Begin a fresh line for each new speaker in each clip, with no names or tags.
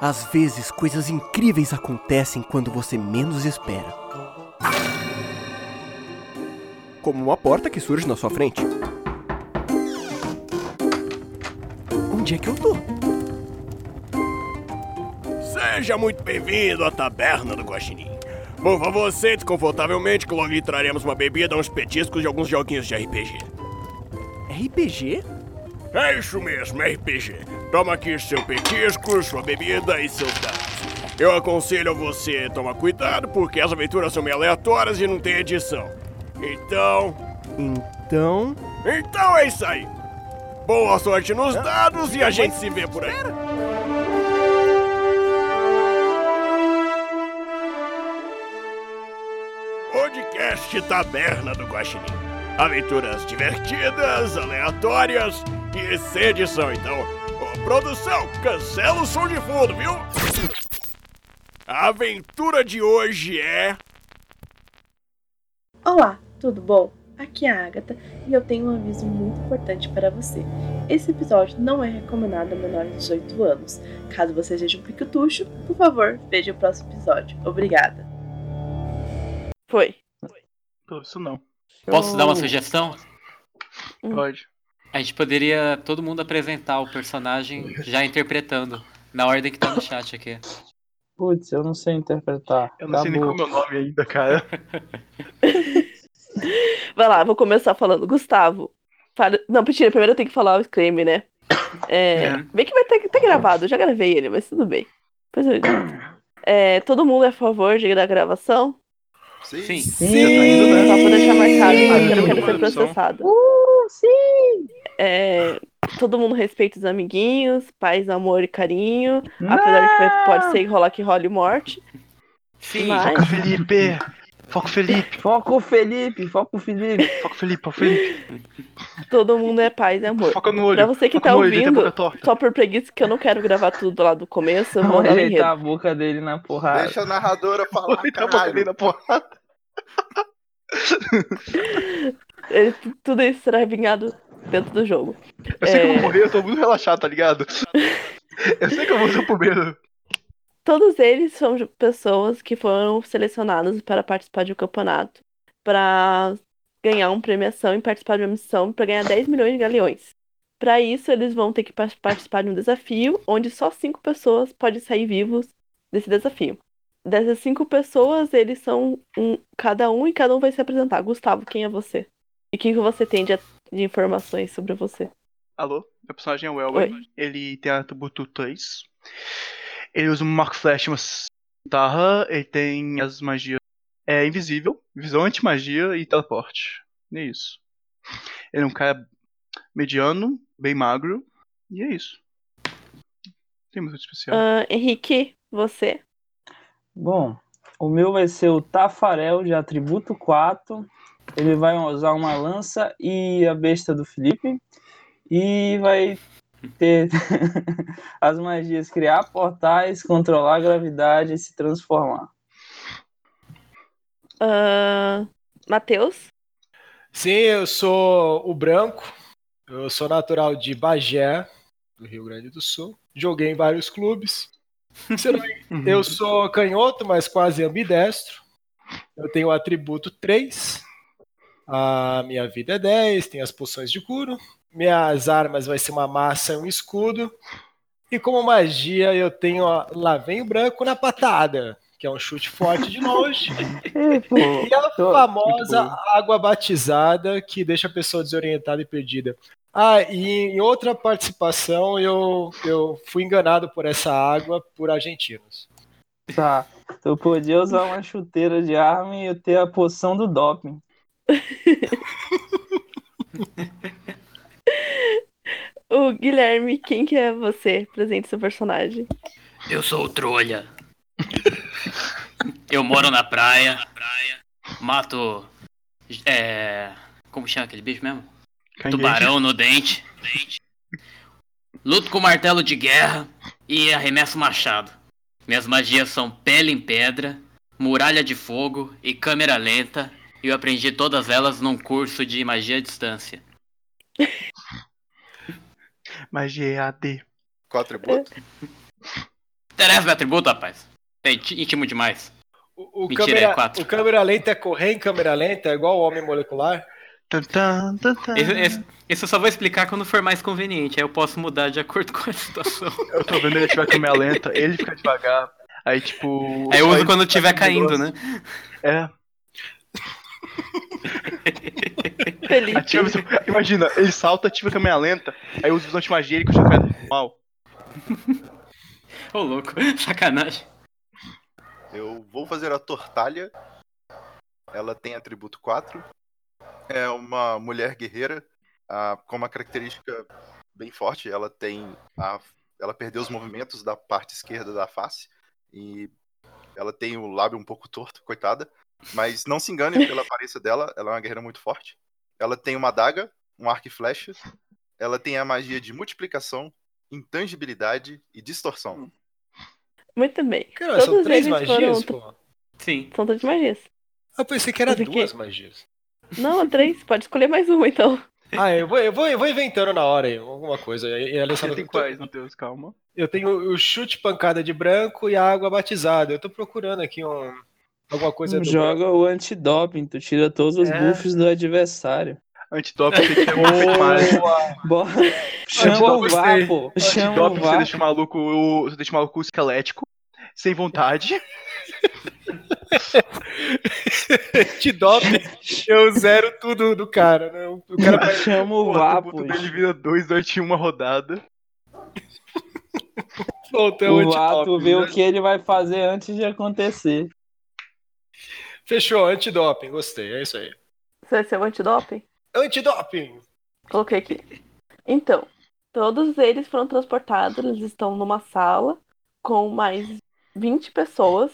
Às vezes, coisas incríveis acontecem quando você menos espera. Como uma porta que surge na sua frente. Onde é que eu tô?
Seja muito bem-vindo à taberna do Guaxinim. Por favor, sente confortavelmente que logo lhe traremos uma bebida, uns petiscos e alguns joguinhos de RPG.
RPG?
É isso mesmo, RPG. Toma aqui seu petisco, sua bebida e seus dados. Eu aconselho a você tomar cuidado, porque as aventuras são meio aleatórias e não tem edição. Então...
Então.
Então é isso aí. Boa sorte nos dados e a gente se vê por aí. Podcast Taberna do Guaxinim. Aventuras divertidas, aleatórias e sem edição, então. Ô, produção, cancela o som de fundo, viu? A aventura de hoje é...
Olá, tudo bom? Aqui é a Agatha e eu tenho um aviso muito importante para você. Esse episódio não é recomendado a menores de 18 anos. Caso você seja um piquetucho, por favor, veja o próximo episódio. Obrigada. Foi.
Pô, Isso não.
Posso dar uma sugestão?
Pode.
A gente poderia todo mundo apresentar o personagem já interpretando, na ordem que tá no chat aqui.
Putz, eu não sei interpretar.
Eu não sei nem
Acabou.
como é o meu nome ainda, cara.
Vai lá, vou começar falando. Gustavo, fala- não, mentira, primeiro eu tenho que falar o scream, né? É,
É.
Bem que vai ter tá gravado, eu já gravei ele, mas tudo bem. Depois eu edito. É, todo mundo é a favor de da gravação?
Sim.
Só pra deixar marcado, porque eu não quero ser
Sim.
processada. É, todo mundo respeita os amiguinhos, paz, amor e carinho. Apesar de que vai- pode ser rolar que role morte.
Sim,
Mas-
Foco Felipe! Foco Felipe!
Foca o Felipe, foca o Felipe.
Foco Felipe, foco Felipe!
Todo mundo é paz e amor.
Foca no
Pra
olho!
você que
foca
tá
no olho, ele tem a
ouvindo,
boca torta.
só por preguiça que eu não quero gravar tudo lá do começo, eu vou
Vamos
dar o enredo.
tá
ajeitar a boca dele na porrada.
Deixa a narradora falar,
Ele tá botando ele
caralho.
na porrada.
É, t- Tudo isso será revinhado dentro do jogo.
Eu sei que eu
É.
vou morrer, eu tô muito relaxado, tá ligado? Eu sei que eu vou ser o primeiro.
Todos eles são ju- pessoas que foram selecionadas para participar de um campeonato, para ganhar uma premiação e participar de uma missão para ganhar 10 milhões de galeões. Para isso, eles vão ter que par- participar de um desafio onde só cinco pessoas podem sair vivos desse desafio. Dessas cinco pessoas, eles são um, cada um e cada um vai se apresentar. Gustavo, quem é você? E o que que você tem de, de informações sobre você?
Alô? Meu personagem é o Elway.
Oi.
Ele tem a Tubutu 3. Ele usa um Mark Flash, uma guitarra. Ele tem as magias. É invisível, visão anti-magia e teleporte. E é isso. Ele é um cara mediano, bem magro. E é isso. Tem muito especial.
Ah, Henrique, você?
Bom, o meu vai ser o Tafarel de atributo 4. Ele vai usar uma lança e a besta do Felipe. E vai ter as magias criar portais, controlar a gravidade e se transformar.
Ah, Matheus?
Sim, eu sou o Branco, eu sou natural de Bagé, do Rio Grande do Sul. Joguei em vários clubes.
Uhum.
Eu sou canhoto, mas quase ambidestro. Eu tenho o atributo 3. A minha vida é 10, tenho as poções de curo. Minhas armas vai ser uma massa e um escudo. E como magia, eu tenho a- lá vem o branco na patada, que é um chute forte de longe.
Ei, pô,
E a
tô-
famosa
muito
água batizada que deixa a pessoa desorientada e perdida. Ah, e em outra participação eu, eu fui enganado por essa água por argentinos.
Tá, eu podia usar uma chuteira de arma e eu ter a poção do doping.
O Guilherme, quem que é você? Presente seu personagem.
eu sou o Trolha. Eu moro na praia, mato. É. Como chama aquele bicho mesmo?
Kanguei.
Tubarão no dente. Luto com martelo de guerra e arremesso machado. Minhas magias são pele em pedra, muralha de fogo e câmera lenta. E eu aprendi todas elas num curso de magia à distância.
Magia AD.
Com atributo?
É interessa meu atributo, rapaz. É inti- íntimo demais.
O, o
Mentira,
câmera,
é quatro.
o câmera lenta é correr em câmera lenta, é igual o homem molecular.
Tan, tan, tan,
Ah.
tan.
Esse- esse- Isso eu só vou explicar quando for mais conveniente. Aí eu posso mudar de acordo com a situação.
Eu tô vendo ele ativar a câmera lenta, ele fica devagar. Aí, tipo.
Aí eu
aí-
uso quando estiver caindo, né?
É.
Felipe.
Ativa a visão. Imagina, ele salta, ativa a câmera lenta, aí usa visão de magia e continua caindo mal.
Ô, louco. Sacanagem.
Eu vou fazer a Tortalha. Ela tem atributo 4. É uma mulher guerreira ah, com uma característica bem forte. Ela tem a, ela perdeu os movimentos da parte esquerda da face e ela tem o lábio um pouco torto, coitada. Mas não se engane pela aparência dela, ela é uma guerreira muito forte. Ela tem uma adaga, um arco e flecha. Ela tem a magia de multiplicação, intangibilidade e distorção.
Muito bem.
Cara, são
Todos
três
eles
magias,
foram-
pô. Ah,
Sim.
São todas magias.
Eu pensei que era
Mas o quê?
duas magias.
Não, é três. Pode escolher mais uma, então.
Ah, eu vou, eu vou, eu vou inventando na hora aí, alguma coisa. E a Alessandra
Você tem
eu tô-
quais, né? meu Deus, calma.
Eu tenho o chute pancada de branco e a água batizada. Eu tô procurando aqui um, alguma coisa do
Joga o antidoping, tu tira todos os
É.
buffs do adversário.
Antidoping você tira um efeito mágico.
Boa.
Bora. Chama o
Antidoping
VAR,
você-
pô. Chama o
Antidoping você
VAR.
deixa o maluco, o- você deixa o maluco esquelético, sem vontade.
Te dope, eu zero tudo do cara, né? O cara vai-
Chama o
O
VAR,
atributo
pô.
dele vira 2 durante uma rodada.
solta o
O VAR, tu
antidoping.
vê
né?
o que ele vai fazer antes de acontecer.
Fechou, antidoping, gostei, é isso aí.
Você vai ser o antidoping?
Antidoping!
Coloquei aqui. Então, todos eles foram transportados, eles estão numa sala com mais 20 pessoas,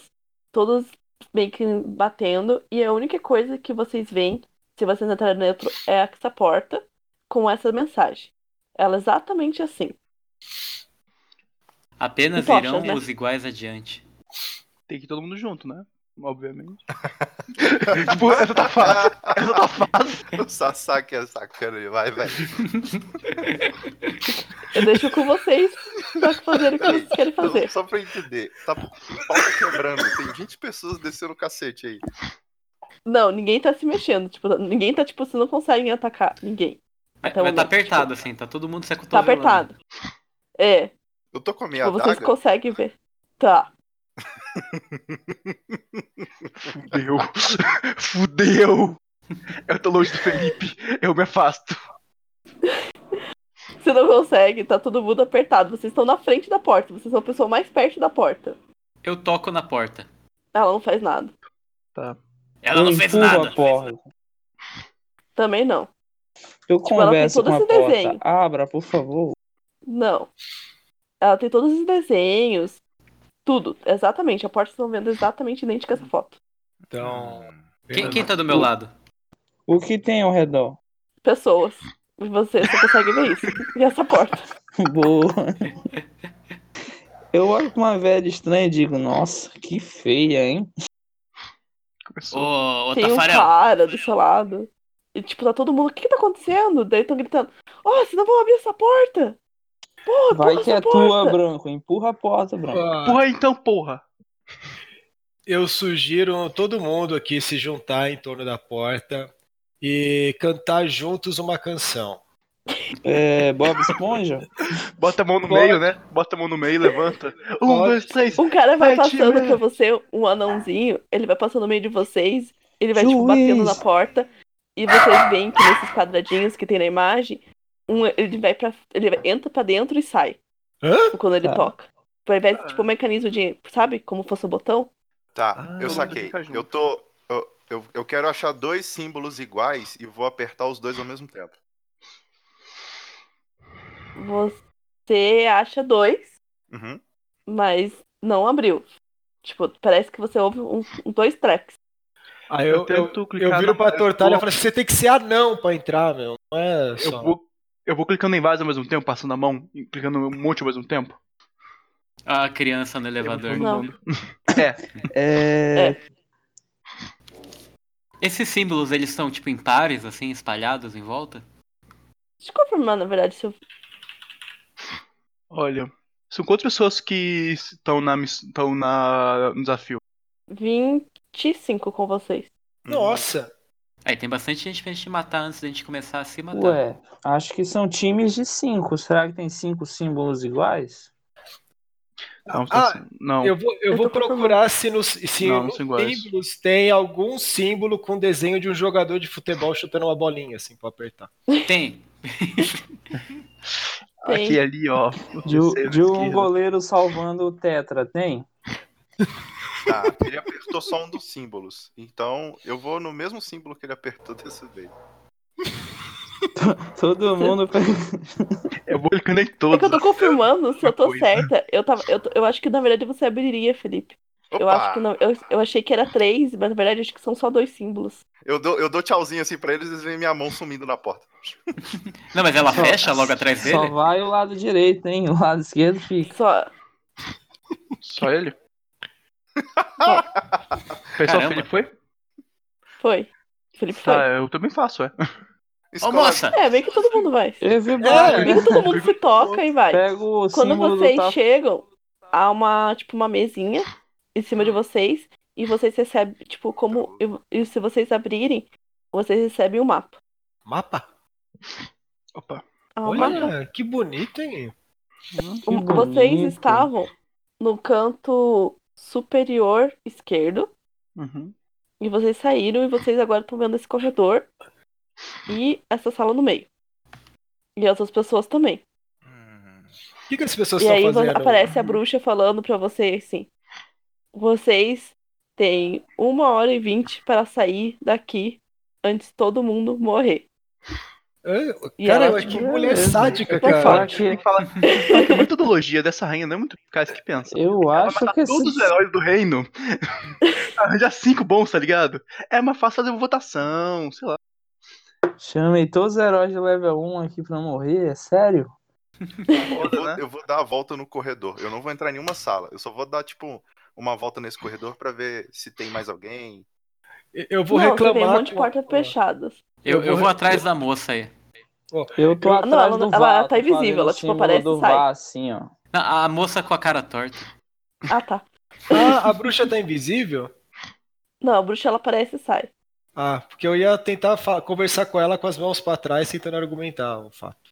todos meio que batendo, e a única coisa que vocês veem, se vocês entrarem dentro, é essa porta com essa mensagem. Ela é exatamente assim.
Apenas
Tocha,
irão
né?
os iguais adiante.
Tem que ir todo mundo junto, né? Obviamente. Pô, essa tá fácil. Essa tá fácil.
O Sasaki é sacana, vai, vai.
Eu deixo com vocês pra fazer o que vocês querem fazer.
Então, Só pra eu entender, tá pauta quebrando, tem 20 pessoas descendo o cacete aí.
Não, ninguém tá se mexendo. Tipo, ninguém tá, tipo, vocês não conseguem atacar ninguém.
Mas,
Até o
mas tá
momento,
apertado, assim. Tá todo mundo se
Tá
acotovelando.
apertado. É,
Eu tô com a minha
tipo, vocês
adaga,
conseguem ver. Tá.
Fudeu. Fudeu. É Eu tô longe do Felipe. Eu me afasto.
Você não consegue, tá todo mundo apertado. Vocês estão na frente da porta, vocês são a pessoa mais perto da porta.
Eu toco na porta.
Ela não faz nada.
Ela não fez
empurro
nada.
a porta.
Também não.
Eu
ela tem
converso
todo
com a
esse
porta.
desenho.
Abra, por favor.
Não. Ela tem todos os desenhos, tudo, exatamente. A porta vocês estão vendo é exatamente idêntica a essa foto.
Então.
Quem, quem tá do meu lado?
O que tem ao redor?
Pessoas. E Você só consegue ver isso. E essa porta.
Boa. Eu olho pra uma velha estranha e digo, nossa, que feia, hein?
Começou.
Ô, ô
tem um
Tafarel.
cara do seu lado. E tipo, tá todo mundo, o que que tá acontecendo? Daí estão gritando, ó, vocês não vão abrir essa porta! Porra,
Vai
porra,
que
essa
é
porta!
tua, Branco. Empurra a porta, Branco.
Pô,
Porra, então, porra.
Eu sugiro todo mundo aqui se juntar em torno da porta e cantar juntos uma canção.
É, Bob Esponja?
Bota a mão no
Bora.
meio, né? Bota a mão no meio, levanta. Um,
Bora.
dois, três.
Um cara vai
Vai, tira.
passando pra você, um anãozinho, ele vai passando no meio de vocês, ele vai, tipo,
Juiz.
batendo na porta, e vocês veem que nesses quadradinhos que tem na imagem, um, ele vai para ele vai- entra pra dentro e sai. Tipo,
Hã?
Quando ele
Tá.
toca. Vai ver, tipo, um mecanismo de, sabe? Como fosse um botão.
tá,
Ah,
eu saquei.
fica junto.
Eu tô, eu, eu, eu quero achar dois símbolos iguais e vou apertar os dois ao mesmo tempo.
Você acha dois,
Uhum.
mas não abriu. Tipo, parece que você ouve um, um- dois tracks.
Aí eu, eu,
tento
eu
clicar
viro
na-
pra Tortalha e
eu
falo assim: você tem que ser anão pra entrar, meu. Não é
Eu
só.
vou, eu vou clicando em vários ao mesmo tempo, passando a mão, e clicando um monte ao mesmo tempo.
A criança no elevador.
Não.
É.
Esses símbolos, eles são tipo em pares, assim, espalhados em volta?
Deixa eu confirmar, na verdade, se eu...
Olha, São quantas pessoas que estão na, miss- estão na, no desafio?
25 com vocês.
Nossa!
Aí É, tem bastante gente pra gente matar antes da gente começar a se matar.
Ué, acho que são times de cinco. Será que tem cinco símbolos iguais?
Não,
Ah,
tá- não.
Eu vou, eu
Eu
vou
tô procurando.
procurar se nos, se
Não,
nos
são iguais.
símbolos tem algum símbolo com desenho de um jogador de futebol chutando uma bolinha, assim, pra apertar.
Tem.
Tem.
Aqui ali, ó.
De, um-
Terceira
de um
esquerda.
goleiro salvando o Tetra, tem?
Tá, ele apertou só um dos símbolos. Então eu vou no mesmo símbolo que ele apertou dessa vez.
Todo mundo.
Eu vou clicando em
É que
todos.
eu tô confirmando se eu tô
Coisa.
certa. Eu, tava, eu, tô- eu acho que na verdade você abriria, Felipe. Eu
Opa!
acho que não. Eu, eu achei que era três, mas na verdade acho que são só dois símbolos.
Eu dou, eu dou tchauzinho assim pra eles e eles veem minha mão sumindo na porta.
Não, mas ela
Só-
fecha logo atrás
Só
dele?
vai o lado direito, hein? O lado esquerdo fica.
Só.
Só ele? Foi só o
Caramba.
Felipe, foi?
Foi. Felipe foi.
Tá, eu também faço, é.
Ô,
Escola-
moça!
É, bem que todo mundo vai.
Eu vi
É.
Bem que todo mundo se toca e vai.
Pega o
É, Quando
símbolo
vocês
do Taf-
chegam, há uma, tipo, uma mesinha em cima de vocês e vocês recebem, tipo, como e se vocês abrirem, vocês recebem o mapa.
Mapa?
Opa.
Ah, o mapa.
Olha, que bonito, hein?
O-
Que
vocês
bonito.
estavam no canto superior esquerdo
Uhum.
e vocês saíram e vocês agora estão vendo esse corredor e essa sala no meio. E as outras pessoas também.
Hum,
O que, que as pessoas
E
estão
aí vo-
fazendo?
aparece a bruxa falando pra vocês assim: vocês têm uma hora e vinte para sair daqui antes de todo mundo morrer.
Hã?
E
Cara,
ela,
eu- que
tipo,
mulher
beleza.
sádica,
Vai
cara.
falar
Tem
que
que falar, tem que falar que a metodologia dessa rainha não é muito eficaz que pensa.
eu
Ela
acho
matar
que esse
todos os heróis do reino. Arranjar cinco bons, tá ligado? É mais fácil fazer uma votação, sei lá.
chamei todos os heróis de level 1 aqui pra morrer, é sério?
eu, vou,
né?
eu vou dar a volta no corredor. Eu não vou entrar em nenhuma sala. Eu só vou dar, tipo, uma volta nesse corredor pra ver se tem mais alguém.
Eu vou
não, você vê um
reclamar.
monte de
com-
portas fechadas.
Eu,
Eu
eu
vou-
vou atrás da moça aí.
Eu tô
Não,
atrás
ela-
do
ela
VAR,
tá
tô
invisível,
fazendo
ela,
o
tipo,
símbolo
aparece
do
e sai.
VAR, assim, ó.
Não, a moça com a cara torta.
Ah, tá.
Ah, a bruxa tá invisível?
Não, a bruxa ela aparece e sai.
Ah, porque eu ia tentar fa- conversar com ela com as mãos pra trás, tentando argumentar o fato.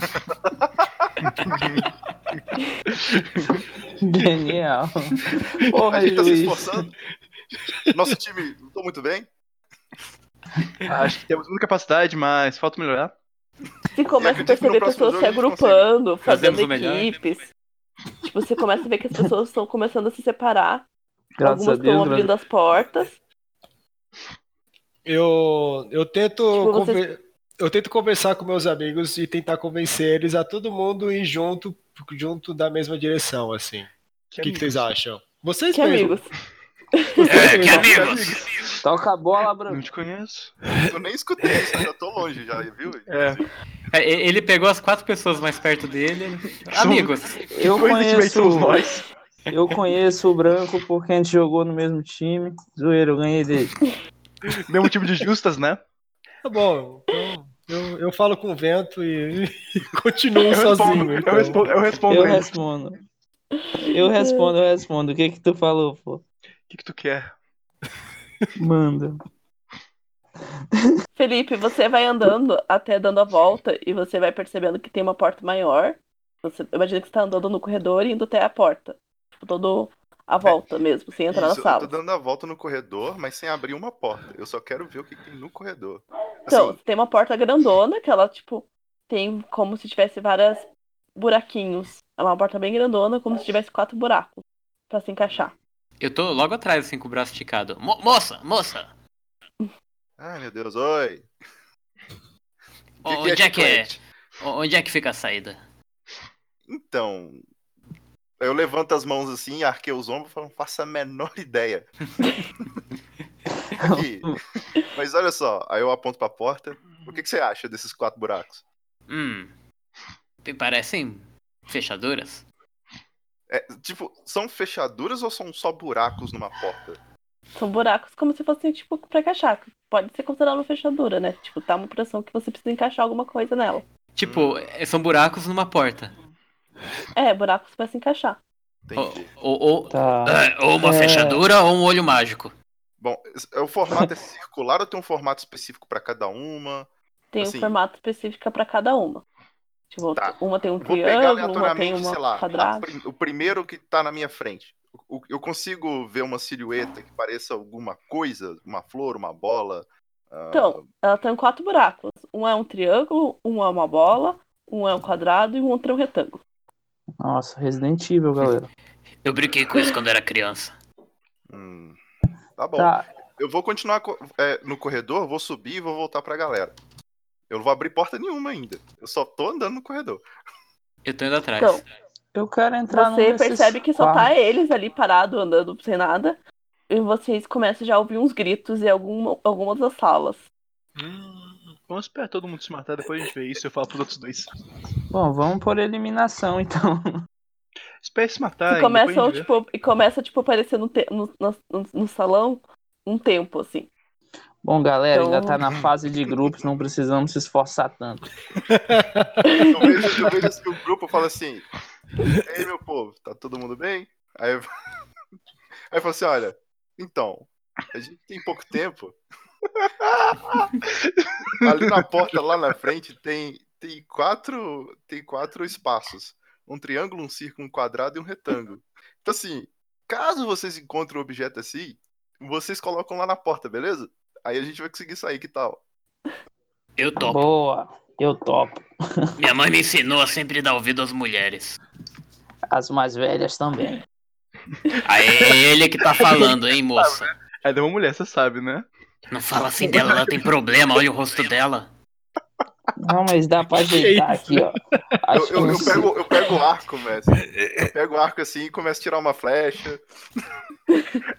Genial. Porra,
a gente tá se
juiz.
esforçando. Nosso time, não tô muito bem.
Acho que temos muita capacidade, mas falta melhorar.
Você começa a
acredito que no
perceber
próximo
pessoas
jogo
se
a gente
agrupando, fazendo
o melhor.
né?
equipes. Tipo, você começa a ver que as pessoas estão começando a se separar.
Graças a
Algumas estão
Deus, graças-
né?
abrindo as portas.
Eu, eu tento
Tipo, você-
conver- eu tento conversar com meus amigos e tentar convencer eles a todo mundo ir junto junto da mesma direção, assim. O que, que vocês acham? Vocês
Que
mesmos.
amigos.
É, que
Nossa,
amigos!
Toca a bola,
Não
Bruno.
te conheço.
Eu nem escutei, isso, eu já tô longe já, viu?
É.
É, e- Ele pegou as quatro pessoas mais perto dele. ele- Amigos,
Eu
Coincidentemente
conheço,
somos nós.
eu conheço o Branco porque a gente jogou no mesmo time. Zoeiro, eu ganhei dele.
Mesmo tipo de justas, né?
Tá bom. Então, eu, eu falo com o vento e, e continuo
Eu respondo,
sozinho. então.
eu respondo, eu respondo
Eu
ele.
respondo. Eu respondo, eu respondo. O que que tu falou, pô?
O que, que tu quer?
Manda.
Felipe, você vai andando até dando a volta e você vai percebendo que tem uma porta maior. Você imagina que você tá andando no corredor e indo até a porta. Tipo, todo a volta mesmo, sem entrar
É, Isso,
na
eu tô
sala.
dando a volta no corredor, mas sem abrir uma porta. Eu só quero ver o que tem no corredor.
Então,
Assim,
tem uma porta grandona que ela, tipo, tem como se tivesse vários buraquinhos. É uma porta bem grandona, como se tivesse quatro buracos pra se encaixar.
eu tô logo atrás, assim, com o braço esticado. Mo- moça, moça!
ai meu Deus, oi.
o-
Que que é
Onde é que é?
chiclete?
o- Onde é que fica a saída?
Então, eu levanto as mãos assim, arquei os ombros e falo, não faço a menor ideia. Aqui. Mas olha só, aí eu aponto pra porta. O que, que você acha desses quatro buracos?
Hum. P- Parecem fechaduras?
É, tipo, são fechaduras ou são só buracos numa porta?
São buracos como se fossem, tipo, pra encaixar. Pode ser considerado uma fechadura, né? Tipo,
Hum. eh,
tá uma pressão que você precisa encaixar alguma coisa nela.
Tipo, é- são buracos numa porta.
É, buracos pra se encaixar.
Entendi.
Ou, ou-
Tá.
é, ou uma
É.
fechadura ou um olho mágico.
Bom, es- é, o formato é circular ou tem um formato específico pra cada uma?
Tem
Assim.
um formato específico pra cada uma. Tipo,
Tá.
uma tem um
Vou pegar
triângulo, uma tem
aleatoriamente,
uma
sei lá, a
quadrada.
prim- o primeiro que tá na minha frente. O- o- Eu consigo ver uma silhueta que pareça alguma coisa, uma flor, uma bola. ah,
Então, ela tem quatro buracos. Um é um triângulo, um é uma bola, um é um quadrado e um outro é um retângulo.
Nossa, Resident Evil, galera.
Eu brinquei com isso quando era criança.
hum, tá bom.
Tá,
Eu vou continuar co- é, no corredor, vou subir e vou voltar pra galera. Eu não vou abrir porta nenhuma ainda. Eu só tô andando no corredor.
Eu tô indo atrás.
Então,
eu quero entrar
Você
num Tá, desses
percebe que só tá
quartos.
eles ali parado, andando sem nada. E vocês começam já a ouvir uns gritos em alguma, algumas das salas.
Vamos esperar todo mundo se matar, depois a gente vê isso e eu falo pros outros dois.
Bom, vamos por eliminação, então.
Espera se
Ah,
matar,
e,
hein, depois a
começam,
gente vê.
tipo, e começa, tipo, aparecer no, te- no, no, no salão um tempo, assim.
Bom, galera, ainda
Então-
tá na fase de grupos, não precisamos se esforçar tanto.
Eu vejo, eu vejo assim, o grupo fala assim: Ei, meu povo, tá todo mundo bem? Aí eu, aí eu falo assim: Olha, então, a gente tem pouco tempo. Ali na porta, lá na frente, tem, tem, quatro, tem quatro espaços: um triângulo, um círculo, um quadrado e um retângulo. Então, assim, caso vocês encontrem um objeto assim, vocês colocam lá na porta, beleza? Aí a gente vai conseguir sair, que tal?
Eu topo.
Boa, eu topo.
Minha mãe me ensinou a sempre dar ouvido às mulheres.
As mais velhas também.
Aí é ele que tá falando, hein, moça?
É de uma mulher, você sabe, né?
Não fala assim dela, ela tem problema, olha o rosto dela.
Não, mas dá pra
Que
ajeitar
isso?
aqui, ó.
Eu,
Acho que
eu- eu
uns-
pego, eu pego o arco, mestre. Eu pego o arco assim e começo a tirar uma flecha.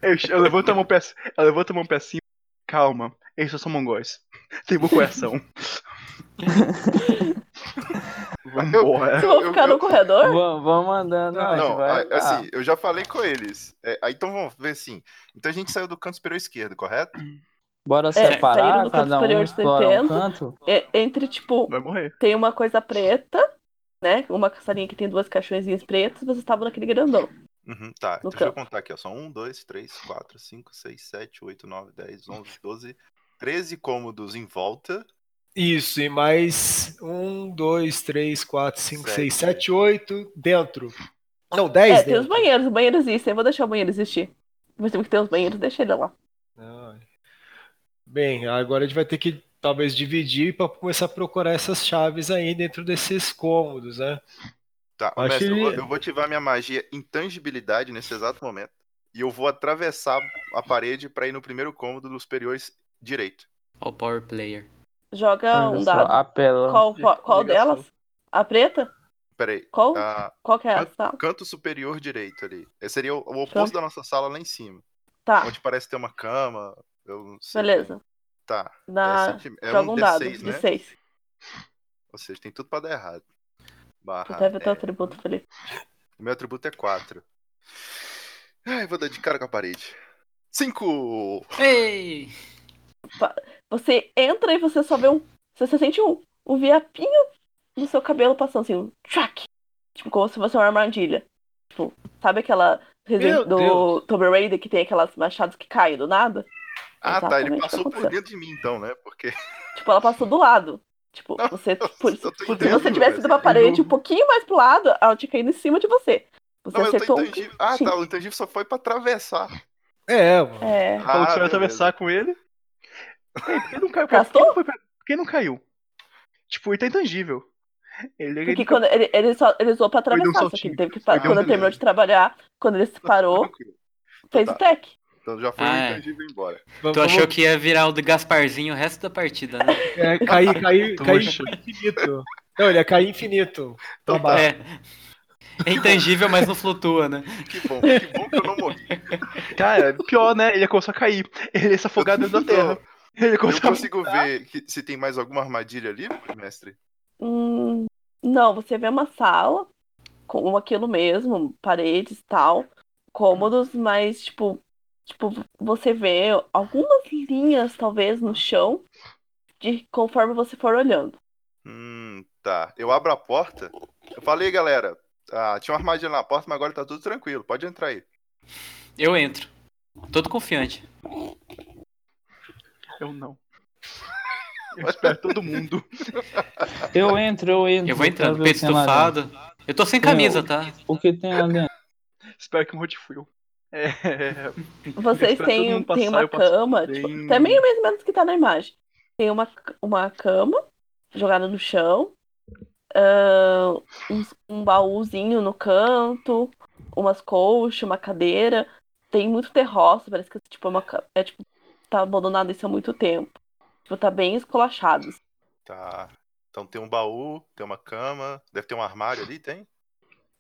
Eu, eu levanto a mão pra, eu levanto a mão pra cima. Calma, eles só são mongóis. Tem bom coração. Vambora.
Vocês vão
Eu-
ficar
eu-
no ah. corredor?
Vamos, vamos andando. a gente
Não,
vai... Ah,
a- assim, eu já falei com eles. É, aí então vamos ver assim. Então a gente saiu do canto superior esquerdo, correto?
Ah, bora
É, saíram
separar,
do canto
cada um
superior
explora um
defendo.
canto.
É, entre, tipo,
Vai morrer.
tem uma coisa preta, né? Uma caçarinha que tem duas caixõezinhas pretas, vocês estavam naquele grandão.
Uhum, tá,
No
então deixa eu
canto.
contar aqui, ó. São 1, 2, 3, 4, 5, 6, 7, 8, 9, 10, 11, 12, 13 cômodos em volta.
Isso, e mais um, dois, três, quatro, cinco,
Sete.
seis, sete, oito dentro. Não,
É,
dez
tem
dentro.
os banheiros, os banheiros existem, eu vou deixar o banheiro existir. Mas tem que ter os banheiros, deixa ele lá.
Não, é. Bem, agora a gente vai ter que talvez dividir para começar a procurar essas chaves aí dentro desses cômodos, né?
Tá,
Acho
mestre, eu vou,
que-
eu vou ativar minha magia intangibilidade nesse exato momento. E eu vou atravessar a parede pra ir no primeiro cômodo dos superiores direito.
Ó o power player.
Joga
Olha
um
Ah, só,
dado.
Apelão.
Qual, qual, qual
Ligação.
delas? A preta?
Peraí.
Qual?
Ah,
Qual que é
Ah.
essa?
canto superior direito ali. Esse seria o, o oposto da nossa sala lá em cima.
Tá,
Onde parece ter uma cama. Eu não sei.
beleza.
Tá.
Dá,
é centime- é
joga
um
um
D6,
dado de
né?
6.
Ou seja, tem tudo pra dar errado.
Tu
Barra.
deve ter o
é.
atributo, Felipe.
O meu atributo é 4. Ai, vou dar de cara com a parede. 5!
Ei!
Você entra e você só vê um. Você só sente um, um viapinho no seu cabelo passando assim, um tchac. Tipo, como se fosse uma armadilha. Tipo, sabe aquela
Meu
Resident do
Deus.
Tomb Raider que tem aquelas machadas que caem do nada?
Ah, tá. Ele
Exatamente,
passou por
aconteceu.
dentro de mim então, né? Porque.
Tipo, ela passou do lado. Tipo,
Não,
você.
eu
Tipo,
tô
se
entendendo,
você tivesse
mas-
ido pra parede um pouquinho mais pro lado, ela tinha caído em cima de você. Você
Não, eu
acertou
tô
um.
intangível. Ah,
Sim.
tá. O intangível só foi pra atravessar.
É, mano.
É.
Falou que você
Ah, beleza.
vai atravessar com ele. Ei, por que não caiu? Por que
Gastou?
não, foi pra- por que não caiu? Tipo, ele tá intangível. Ele, ele
tá
Porque quando ele, ele, só, ele usou pra
dei um
atravessar, só que
saltinho.
ele teve que
Eu
parar.
dei um
Quando ele terminou
beleza.
de trabalhar, quando ele se parou,
Tranquilo.
fez
Tá.
o tec.
Então já foi
Ah,
o
é.
intangível embora.
Vamos,
Tu achou que ia virar o do Gasparzinho o resto da partida, né?
é, cair, cair,
Então,
cair
deixa-
infinito. Não, ele ia cair infinito.
Tá
Então
tá.
Pra baixo.
É. É intangível, mas não flutua, né?
Que bom. Que bom que eu não morri.
Cara, pior, né? Ele começou a cair. Ele ia se afogar dentro da terra. Ele
Eu
começou a...
consigo ver que- se tem mais alguma armadilha ali, mestre?
Hum, não, você vê uma sala com aquilo mesmo, paredes e tal, cômodos, mas tipo, tipo, você vê algumas linhas talvez no chão, de conforme você for olhando.
Hum, tá. Eu abro a porta. Eu falei, galera, Ah, tinha uma armadilha na porta, mas agora tá tudo tranquilo. Pode entrar aí.
Eu entro. Todo confiante.
Eu não. Eu espero todo mundo.
Eu entro, eu entro.
Eu vou
pra
entrando,
ver o
peito
que tem lá dentro.
estufado. Eu tô sem camisa, tá?
O que tem lá dentro?
Espero que um Hot Fuel. É,
Vocês
Pra todo
têm, têm
mundo passar,
uma
eu passo
cama,
bem.
tipo, também é mais ou menos o que tá na imagem. Tem uma, c- uma cama jogada no chão, ah, uns- um, baúzinho no canto, umas colchas, uma cadeira. Tem muito terroço, parece que tipo, é uma, ca- é, tipo, tá abandonado isso há muito tempo. Tipo, tá bem esculachado.
Tá. Então tem um baú, tem uma cama, deve ter um armário ali, tem?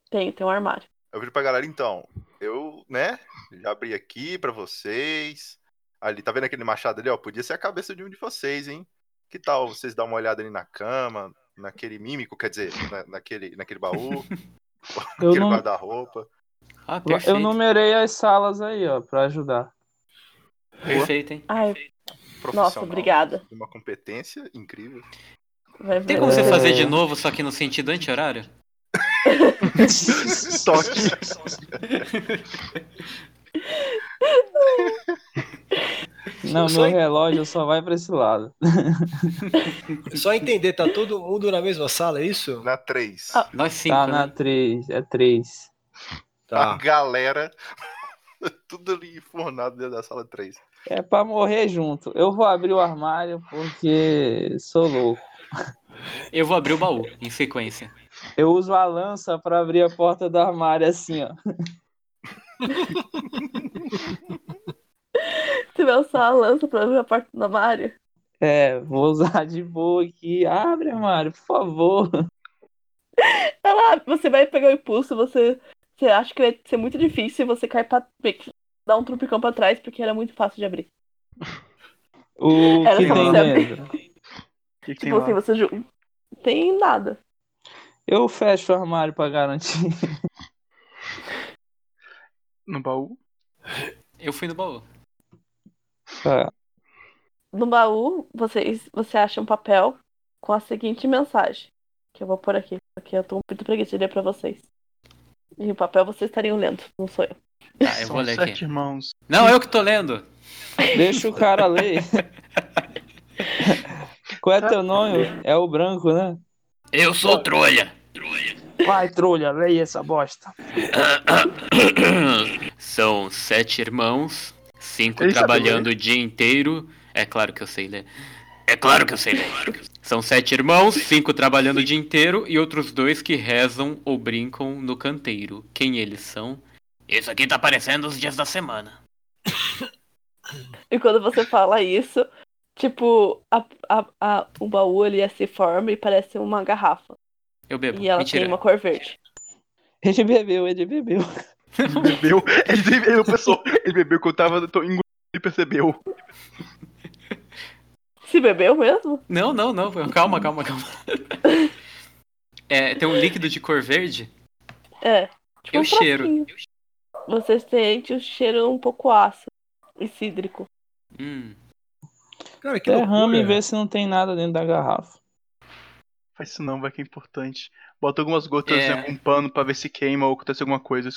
Tem, tem um armário.
Eu viro pra galera, então, eu, né, já abri aqui pra vocês. Ali, tá vendo aquele machado ali, ó? Podia ser a cabeça de um de vocês, hein? Que tal vocês dar uma olhada ali na cama, naquele mímico, quer dizer, na- naquele, naquele baú,
Eu
naquele
não,
guarda-roupa.
Ah, perfeito.
eu numerei as salas aí, ó, pra ajudar.
Perfeito, hein?
Ai,
Profissional.
nossa, obrigada.
Uma competência incrível.
Vai
Tem
ver.
como você
É.
fazer de novo, só que no sentido anti-horário?
toque.
Não, é
Só
meu
em-
relógio só vai pra esse lado.
Só entender, tá todo mundo na mesma sala, é isso?
Na 3.
Ah,
Nós cinco,
Tá
né?
na 3, é 3.
Tá.
Ah.
A galera. Tudo ali enfornado dentro da sala 3.
É pra morrer junto. Eu vou abrir o armário porque sou louco.
Eu vou abrir o baú, em sequência.
Eu uso a lança pra abrir a porta do armário assim, ó.
Se vai usar a lança pra abrir a porta do armário.
É, vou usar de boa aqui. Abre, armário, por favor.
Tá lá, você vai pegar o impulso, você, você acha que vai ser muito difícil e você cai pra. meio que Dá um trupicão pra trás, porque era muito fácil de abrir.
O
Era
que
só
tem
você abrir.
dentro?
O que, que
Tá
tem
Tipo
lá?
assim, você ju... Tem nada.
Eu fecho o armário pra garantir.
No baú?
Eu fui no baú.
Tá.
No baú, vocês, você acha um papel com a seguinte mensagem. Que eu vou pôr aqui, porque eu tô muito preguiça de ler pra vocês. E o papel vocês estariam lendo, não sou eu.
Tá, eu
São
vou ler
um
sete
aqui.
irmãos.
Não, eu que tô lendo.
Deixa o cara ler. Qual é teu nome? É o branco, né?
Eu sou o Trolha.
Vai, trolha, leia essa bosta.
São sete irmãos, cinco
Ele sabe
trabalhando o dia inteiro. É claro que eu sei ler. É claro que eu sei ler. São sete irmãos, cinco trabalhando o dia inteiro e outros dois que rezam ou brincam no canteiro. Quem eles são? Isso aqui tá parecendo os dias da semana.
E quando você fala isso, tipo, a, a, a- o baú ele se forma e parece uma garrafa.
Eu bebo.
E ela
É, Mentira.
tem uma cor verde.
Ele bebeu, ele bebeu.
Ele bebeu. Ele bebeu, pessoal. Ele bebeu que eu tava tô engolindo e percebeu.
Se bebeu mesmo?
Não, não, não. Calma, calma, calma. É, tem um líquido de cor verde.
É. Tipo
Eu
um
cheiro.
trocinho. Você sente o cheiro um pouco ácido e cídrico.
Hum.
Cara, que
Derrama e
loucura.
vê se não tem nada dentro da garrafa.
Faz isso não, vai que é importante. Bota algumas gotas
É.
em algum pano pra ver se queima ou acontece alguma coisa.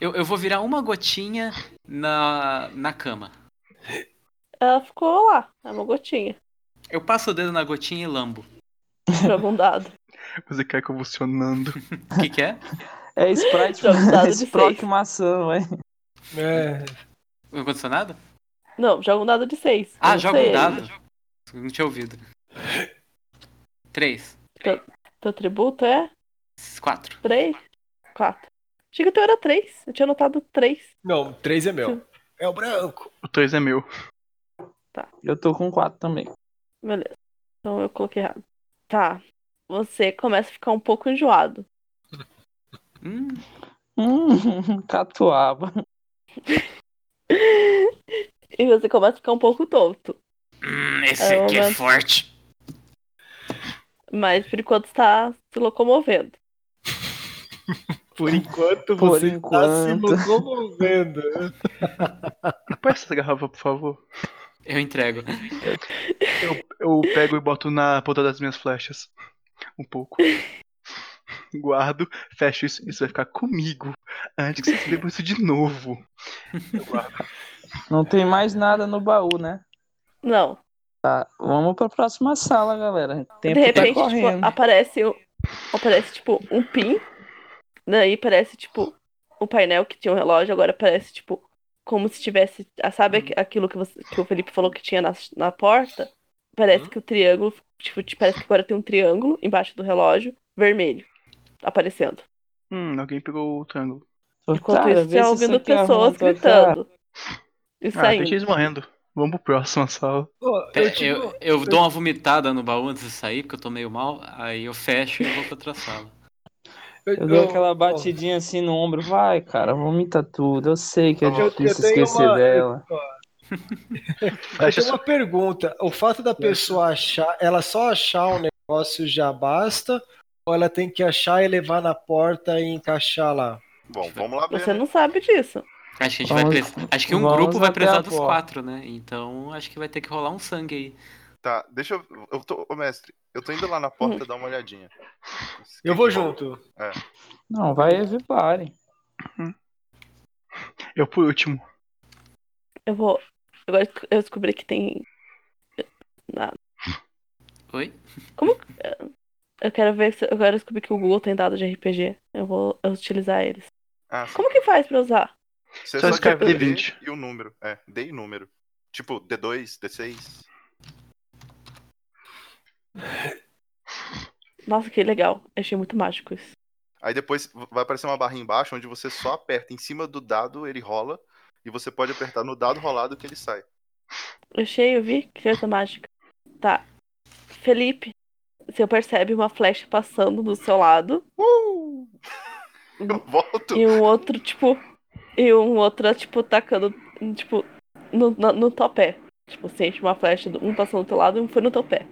Eu, eu vou virar uma gotinha na, na cama.
Ela ficou lá, é uma gotinha,
Eu passo o dedo na gotinha e lambo.
joga um dado.
Você cai convulsionando.
O que, que é?
É Sprite,
Joga um dado de
Sprite
seis.
maçã, vai.
É,
Um condicionado?
Não, joga um dado de seis. Eu
Ah,
não
joga
sei
um dado.
ainda.
Não tinha ouvido. Três.
Teu atributo é
Quatro.
três, quatro. Achei que o teu era três, eu tinha anotado três.
não, três é meu. É o branco.
O 3 é meu.
Eu tô com quatro também.
Beleza, então eu coloquei errado. Tá, você começa a ficar um pouco enjoado.
Hum,
Hum, catuaba.
E você começa a ficar um pouco tonto.
esse
aqui é Ela-
forte.
Mas por enquanto está se locomovendo.
Por enquanto
Por
você
enquanto.
tá se locomovendo.
Presta essa garrafa, por favor.
Eu entrego.
Eu pego e boto na ponta das minhas flechas. Um pouco. guardo, fecho isso. Isso vai ficar comigo. Antes que vocês bebam isso de novo. Eu guardo.
Não tem mais nada no baú, né?
Não.
Tá, vamos pra próxima sala, galera. O tempo
de repente,
tá
tipo,
correndo.
aparece, um- aparece, tipo, um pin. Daí parece, tipo, o painel que tinha um relógio, agora parece, tipo, como se tivesse. ah,
Hum.
Sabe aqu- aquilo que, você- que o Felipe falou que tinha na, na porta?
Hum.
Parece que o triângulo. Tipo, te- parece que agora tem um triângulo embaixo do relógio vermelho aparecendo.
Hum, alguém pegou o triângulo.
Enquanto
Cara,
isso,
vê
tinha
se
ouvindo
aqui é arruma
pessoas
outra cara.
gritando. E
Ah,
saindo.
deixa eles morrendo. Vamos pro próximo sala.
Pô,
Eu,
eu digo-
É, eu, dou uma vomitada no baú antes de sair, porque eu tô meio mal, aí eu fecho e vou pra outra sala.
Eu dou aquela batidinha assim no ombro. Vai, cara, vomita tudo. Eu sei que é
Eu- eu
difícil
tenho
esquecer
uma-
dela.
Eu
Fecha
tenho
só.
uma pergunta. O fato da pessoa achar, ela só achar o negócio já basta? Ou ela tem que achar e levar na porta e encaixar lá?
Bom, vamos lá ver.
Você
né?
não sabe disso.
Acho que a gente vai
Vamos-
pres- Acho que um
vamos
grupo vai
até
precisar
a
dos
porta.
quatro, né? Então acho que vai ter que rolar um sangue aí.
Tá, deixa eu. eu tô, ô, mestre, eu tô indo lá na
Uhum.
porta dar uma olhadinha.
Eu vou junto.
Não, vai evitarem.
Eu por último.
Eu vou. Agora eu descobri que tem.
Oi?
Eu quero ver se. Agora eu descobri que o Google tem dado de RPG. Eu vou utilizar eles.
Ah, sim.
Como que faz pra usar?
Você
Só
só
escreve
escreve
D20.
D20 e o número. É, D e número. Tipo, D2, D6.
Nossa, que legal. Eu achei muito mágico isso.
Aí depois vai aparecer uma barra embaixo onde você só aperta em cima do dado, ele rola. E você pode apertar no dado rolado que ele sai.
Eu achei, eu vi. Que coisa mágica. Tá. Felipe, você percebe uma flecha passando do seu lado.
Uh! Eu volto.
E um outro, tipo. E um outro, tipo, tacando, tipo, no, no, no teu pé. Tipo, sente uma flecha, um passando do teu lado e um foi no teu pé.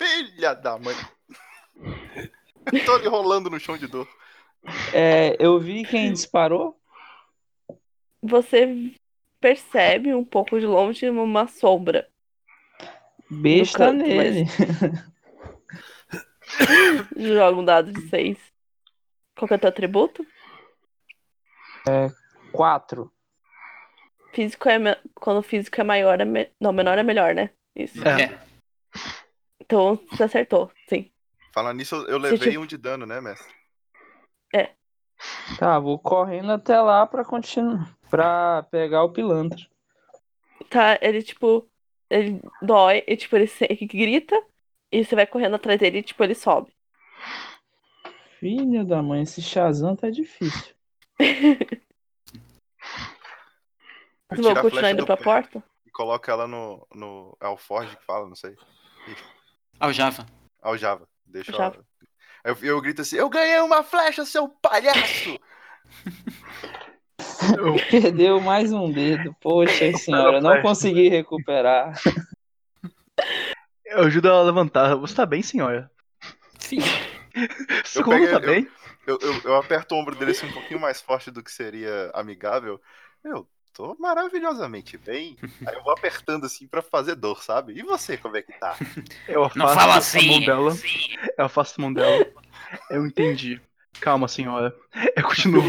Filha da mãe. Eu tô ali rolando no chão de dor.
É, eu vi quem disparou.
Você percebe um pouco de longe uma sombra.
Besta
No canto,
nele.
Joga um dado de 6. Qual que é o teu atributo?
Quatro.
Físico é. me- Quando o físico é maior, é me- não, menor é melhor, né? Isso.
É.
É.
Então você acertou, sim.
Falando nisso, eu- eu levei
Deixa
um de dano, né, mestre?
Tá, vou correndo até lá pra continuar. Pra pegar o pilantra.
Tá, ele tipo. Ele dói, e tipo, ele, se- ele grita, e você vai correndo atrás dele e tipo, ele sobe.
Filha da mãe, esse Shazam tá difícil.
Vocês vão
Tirar a
continuar
flecha
indo
do
pra
pé.
porta?
E coloca ela no. no é o Forge que fala, não sei.
Aljava.
Aljava. Deixa
Aljava.
ela. Eu, eu grito assim: Eu ganhei uma flecha, seu palhaço!
Perdeu mais um dedo. Poxa senhora, não consegui recuperar.
Eu ajudo ela a levantar. Você tá bem, senhora?
Sim.
Socorro,
peguei-
tá
eu-
bem?
Eu, eu, eu aperto o ombro dele assim um pouquinho mais forte do que seria amigável. Eu tô maravilhosamente bem. Aí eu vou apertando assim pra fazer dor, sabe? E você, como é que tá?
Eu
Não
afasto
fala
a mão
assim.
dela. Eu afasto a mão dela. Eu entendi. Calma, senhora. Eu continuo.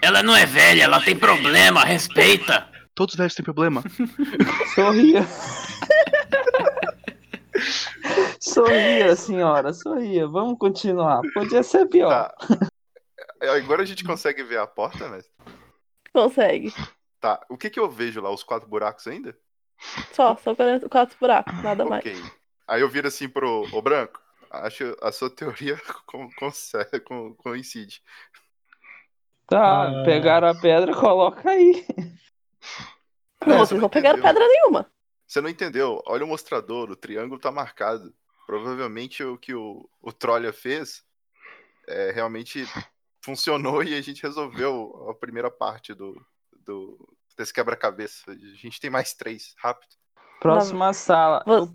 Ela não é velha, ela tem problema, respeita.
Todos os velhos têm problema.
Sorria. sorria, senhora, sorria. Vamos continuar. Podia ser pior.
Tá. Agora a gente consegue ver a porta, né?
Consegue.
Tá. O que que eu vejo lá? Os quatro buracos ainda?
Só, só quatro quatro buracos, nada mais.
Ok. Aí eu viro assim pro o branco. Acho a sua teoria con- consegue- con- coincide.
Tá,
Ah.
pegaram a pedra, coloca aí.
Não,
É,
vocês não pegaram
entendeu.
pedra nenhuma.
Você não entendeu? Olha o mostrador, o triângulo tá marcado. Provavelmente o que o, o Trolha fez é, realmente funcionou e a gente resolveu a primeira parte do, do desse quebra-cabeça. A gente tem mais três, rápido.
Próxima sala.
Vo-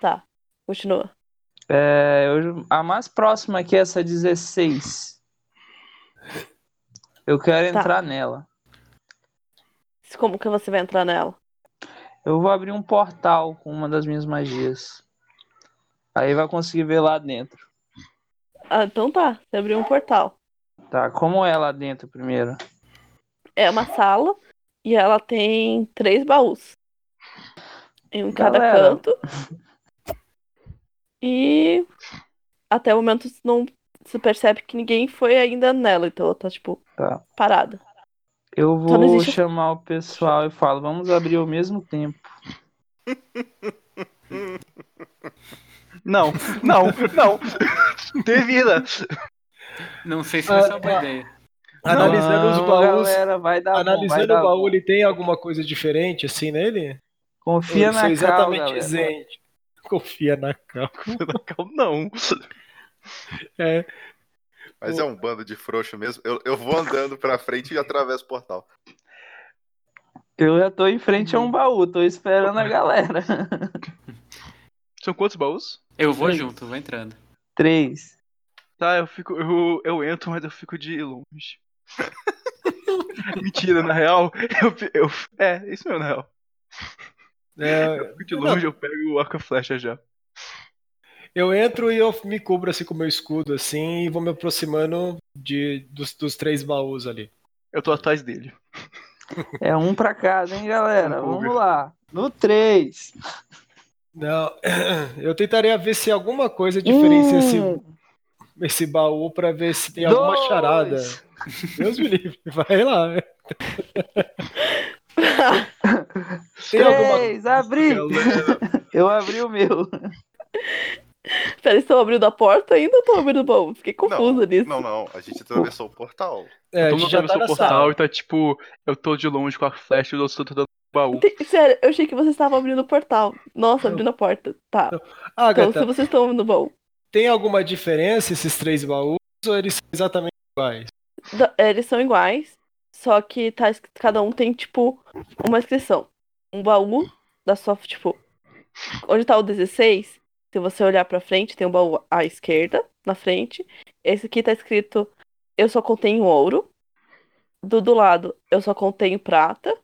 Tá, continua.
É, eu- a mais próxima aqui é essa 16. Eu quero
Tá.
entrar nela.
Como que você vai entrar nela?
Eu vou abrir um portal com uma das minhas magias. Aí vai conseguir ver lá dentro.
Ah, então tá. Você abriu um portal.
Tá, como é lá dentro primeiro?
É uma sala e ela tem três baús. Em um cada
Galera.
canto. E até o momento não se percebe que ninguém foi ainda nela, então ela tá, tipo,
Tá.
parada.
Eu
Só não
vou
existe-
chamar o pessoal e falo, vamos abrir ao mesmo tempo.
Não, não, não. Devida.
Não sei se vai ser uma boa
Ah,
ideia.
Analisando os
Não,
baús.
Galera, vai dar bom, vai
analisando
dar
o baú,
bom.
ele tem alguma coisa diferente assim nele?
Confia
Eu
na
sou exatamente
cal, galera.
isente. Confia na cal.
Não.
É,
Mas é um bando de frouxo mesmo. Eu, eu vou andando pra frente e atravesso o portal.
Eu já tô em frente a um baú, tô esperando a galera.
São quantos baús?
Eu vou junto, vou entrando.
Três.
Tá, eu fico. Eu, eu entro, mas eu fico de longe. Mentira, na real. Eu, fi- eu, é, isso mesmo, na real.
é,
Fico de longe, eu pego o arco e a flecha já.
eu entro e eu me cubro assim com o meu escudo assim e vou me aproximando de, dos, dos três baús ali.
Eu tô atrás dele.
É um pra cada, hein, galera?
Um
Vamos
Vamos lá. No três.
Não, eu tentaria ver se alguma coisa diferencia esse,
Um,
esse baú pra ver se tem alguma
Dois.
charada. Deus me livre, vai lá. Tem alguma
Três, abri! Eu abri o meu.
Peraí, estão abrindo a porta ainda ou estão abrindo o baú? Fiquei confusa nisso.
Não, não. A gente atravessou o portal.
É, a
Todo
gente
mundo
já tá
atravessou
na
o portal
sala.
e tá tipo, eu tô de longe com a flecha e o outro tá dando baú.
Tem- Sério, eu achei que vocês estavam abrindo o portal. Nossa, abrindo a porta. Tá. Então, se
Ah, Agatha,
vocês estão abrindo o baú.
tem alguma diferença esses três baús ou eles são exatamente iguais?
Da- é, Eles são iguais, só que tá, escrito- cada um tem, tipo, uma inscrição. Um baú da sua, tipo. Onde tá o 16, se você olhar pra frente, tem um baú à esquerda, na frente. Esse aqui tá escrito Eu só contenho ouro. Do do lado, eu só contenho prata.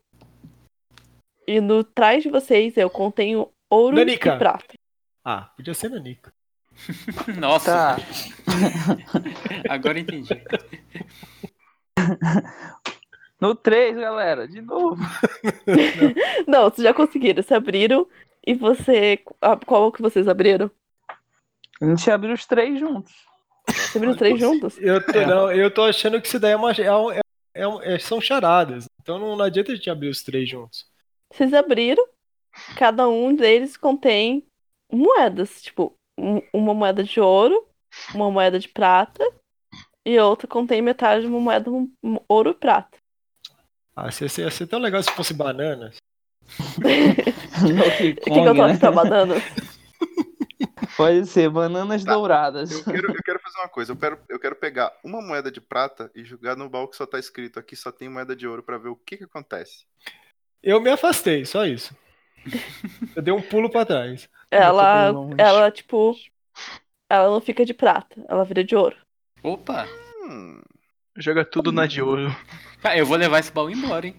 E no trás de vocês, eu contenho ouro
Danica.
e prata.
Ah, podia ser Nanica.
Nossa,
Tá.
Tá.
agora eu entendi.
No três, galera. De novo.
Não, vocês já conseguiram, se abriram. E você. ah, Qual que vocês abriram?
A gente abriu os três juntos.
Vocês abriram três juntos?
Eu tô, não, eu tô achando que isso daí é uma, é um- é- é um- é- são charadas. Então não, não adianta a gente abrir os três juntos.
Vocês abriram, cada um deles contém moedas, tipo, um- uma moeda de ouro, uma moeda de prata e outra contém metade de uma moeda um- um ouro e prata.
Ah, se- se- ia ser tão legal se fosse bananas.
O que,
Donkey
que eu
Kong,
tô
né?
aqui pra banana?
Pode ser bananas
Tá.
douradas.
Eu quero, eu quero fazer uma coisa. Eu quero, eu quero pegar uma moeda de prata e jogar no baú que só tá escrito aqui, só tem moeda de ouro pra ver o que que acontece.
Eu me afastei, só isso. Eu dei um pulo pra trás.
Ela,
Eu tô bem longe.
ela, tipo, ela não fica de prata, ela vira de ouro.
Opa!
Hum,
Joga tudo na de ouro.
Cara, eu vou levar esse baú embora, hein?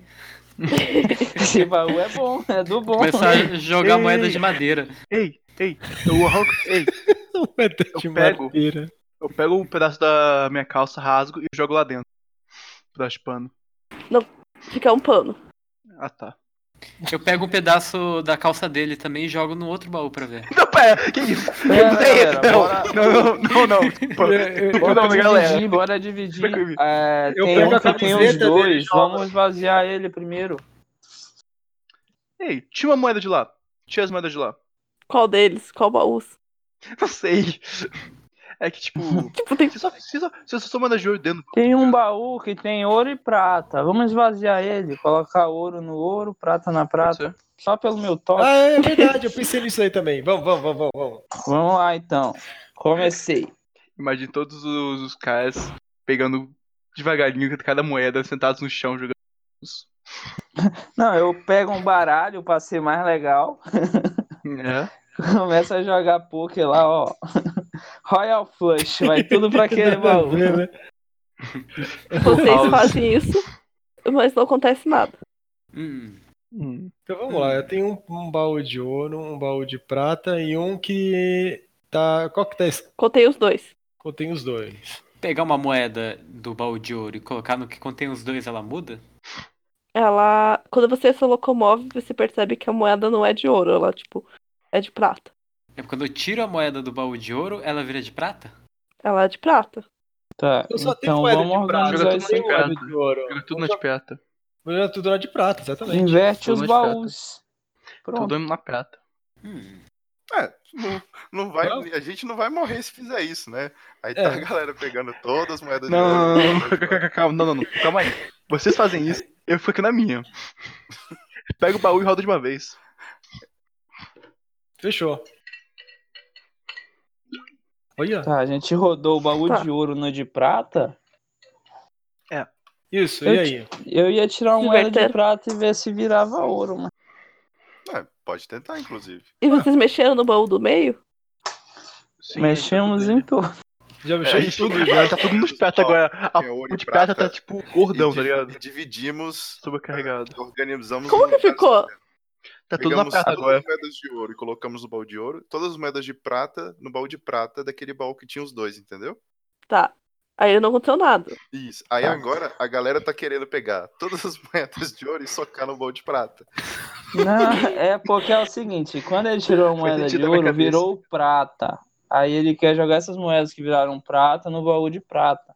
Esse baú é bom, é do bom.
Começar a jogar
Ei.
moeda de madeira.
Ei, ei, eu arranco. Ei,
Não é de
Eu pego.
madeira.
eu pego um pedaço da minha calça, rasgo e jogo lá dentro. Pedaço de pano.
Fica um pano.
Ah tá.
Eu pego um pedaço da calça dele também e jogo no outro baú pra ver.
Não, pera, que isso?
Pera, galera, bora-
não, não, não, não. Pô,
É,
Bora
não,
dividir,
galera.
bora dividir.
Tranquilo.
É,
Eu
tem
pego
um
a
que tem os
camiseta dele e
dois.
jogo.
Vamos vaziar ele primeiro.
Ei, tira uma moeda de lá. Tira as moedas de lá.
Qual deles? Qual baú?
Não sei. É que tipo.
Tipo, tem
Você só, você só, você só manda de ouro dentro.
Tem um baú que tem ouro e prata. Vamos esvaziar ele, colocar ouro no ouro, prata na
pode
prata.
ser?
Só pelo meu toque.
Ah, é verdade, eu pensei nisso aí também. Vamos, vamos, vamos, vamos, vamos.
Vamos lá então. Comecei.
Imagina todos os, os caras pegando devagarinho cada moeda, sentados no chão jogando.
Não, eu pego um baralho pra ser mais legal.
É.
Começa a jogar poker lá, ó. Royal Flush, vai tudo pra aquele
Nada a
baú.
ver, né?
vocês
House.
fazem isso, mas não acontece nada.
Hum.
Então vamos lá, eu tenho um, um baú de ouro, um baú de prata e um que tá. Qual que tá. es-
Contei os dois.
Contém os dois.
Pegar uma moeda do baú de ouro e colocar no que contém os dois, ela muda?
Ela. Quando você se locomove, você percebe que a moeda não é de ouro, ela, tipo, é de prata.
É quando eu tiro a moeda do baú de ouro, ela vira de prata?
Ela é de prata.
Tá,
Eu só tenho
então
moeda
vamos
de prata,
organizar
eu
isso aí.
tenho moeda
cara.
de ouro.
Joga tudo na de prata.
Moeda tudo na de prata, exatamente.
Inverte
Tudo
os
de
baús. Pronto.
Tudo na prata.
Hum.
É, não, não vai,
Não?
a gente não vai morrer se fizer isso, né? Aí tá
É.
a galera pegando todas as moedas
Não, não,
de
não,
ouro.
não, calma, calma, não, não, não, calma aí. Vocês fazem isso, eu fico na minha. Pega o baú e roda de uma vez.
Fechou. Olha.
Tá, a gente rodou o baú
Tá.
de ouro no de prata.
Isso,
Eu
e aí?
Eu ia tirar uma moeda de
Inverter.
prata e ver se virava ouro, mas.
É, pode tentar, inclusive.
E vocês mexeram no baú do meio?
Mexemos em tudo.
Já
É,
mexeu
É
em
isso
tudo?
é tudo, já tá tudo nos prata agora. A
É ouro
o
e
de prata
prata.
tá tipo gordão,
E
tá
di-
ligado?
Dividimos, é,
Sobrecarregado.
organizamos.
Como
no
que
lugar
ficou?
Tá tudo na
Pegamos
prata
todas
agora.
as moedas de ouro e colocamos no baú de ouro. Todas as moedas de prata no baú de prata daquele baú que tinha os dois, entendeu?
Tá. Aí não aconteceu nada.
Isso. Aí
Tá.
agora a galera tá querendo pegar todas as moedas de ouro e socar no baú de prata.
Não, é porque é o seguinte: quando ele tirou a moeda de
sentido na minha
ouro,
cabeça.
virou prata. Aí ele quer jogar essas moedas que viraram prata no baú de prata.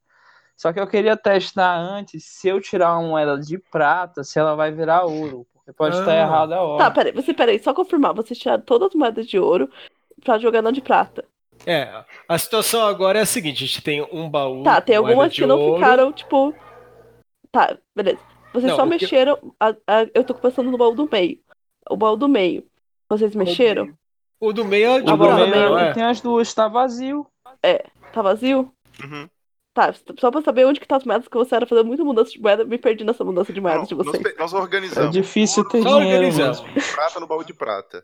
Só que eu queria testar antes se eu tirar uma moeda de prata, se ela vai virar ouro. Porque pode
Ah.
estar errada a
Tá,
hora.
peraí, você peraí, só confirmar, vocês tiraram todas as moedas de ouro pra jogar na de prata.
É, a situação agora é a seguinte: a gente tem um baú.
Tá, tem
moeda
algumas
de
que não
ouro.
ficaram, tipo. Tá, beleza. Vocês
Não,
só
o que-
mexeram. a- a- eu tô pensando no baú do meio. O baú do meio. Vocês mexeram?
O do meio é de
O do
Agora,
ouro,
meio
não
agora-
é-
é?
tem as duas, tá vazio.
Tá vazio?
Uhum.
Tá, só pra saber onde que tá as moedas que você era fazer muita mudança de moeda, me perdi nessa mudança de moeda
Não,
de
nós,
vocês.
pe- nós
É
organizamos
difícil ter
Só
dinheiro.
organizamos.
mano.
prata no baú de prata.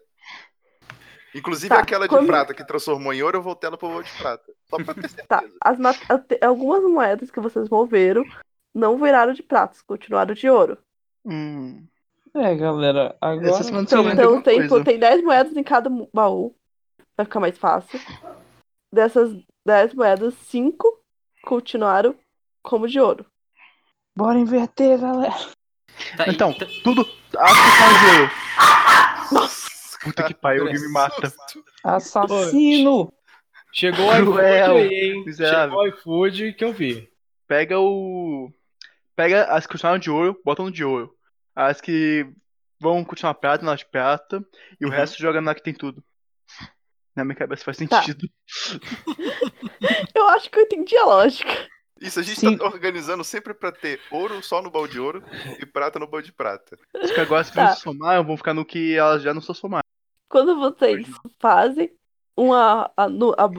Inclusive
Tá,
aquela de
como-
prata que transformou em ouro, eu voltei ela pro baú de prata. Só pra ter certeza.
Tá, as ma- a- te- algumas moedas que vocês moveram não viraram de pratos, continuaram de ouro.
Hum.
É, galera, agora.
Essa semana
Então,
você
então
lembra de
tem,
alguma coisa.
tem 10 moedas em cada mo- baú. Vai ficar mais fácil. Dessas 10 moedas, 5 continuaram como de ouro.
Bora inverter, galera.
Tá, e-
Então,
tá-
tudo. Acho que tá no ouro. Puta que pariu,
Cara,
alguém me mata.
susto.
Assassino!
Chegou É, o iFood
Cruel,
aí, hein?
miserável.
Chegou o iFood que eu vi.
Pega o. Pega as que continuaram de ouro, botam no de ouro. As que vão continuar prata, na de prata. E o
Uhum.
resto joga na que tem tudo. Na minha cabeça faz
Tá.
sentido.
Eu acho que eu entendi a lógica.
Isso a gente
Sim.
tá organizando sempre pra ter ouro só no baú de ouro e prata no baú de prata.
Só que agora se
Tá.
eles somar, vão ficar no que elas já não só somar.
Quando vocês fazem uma a, no- a,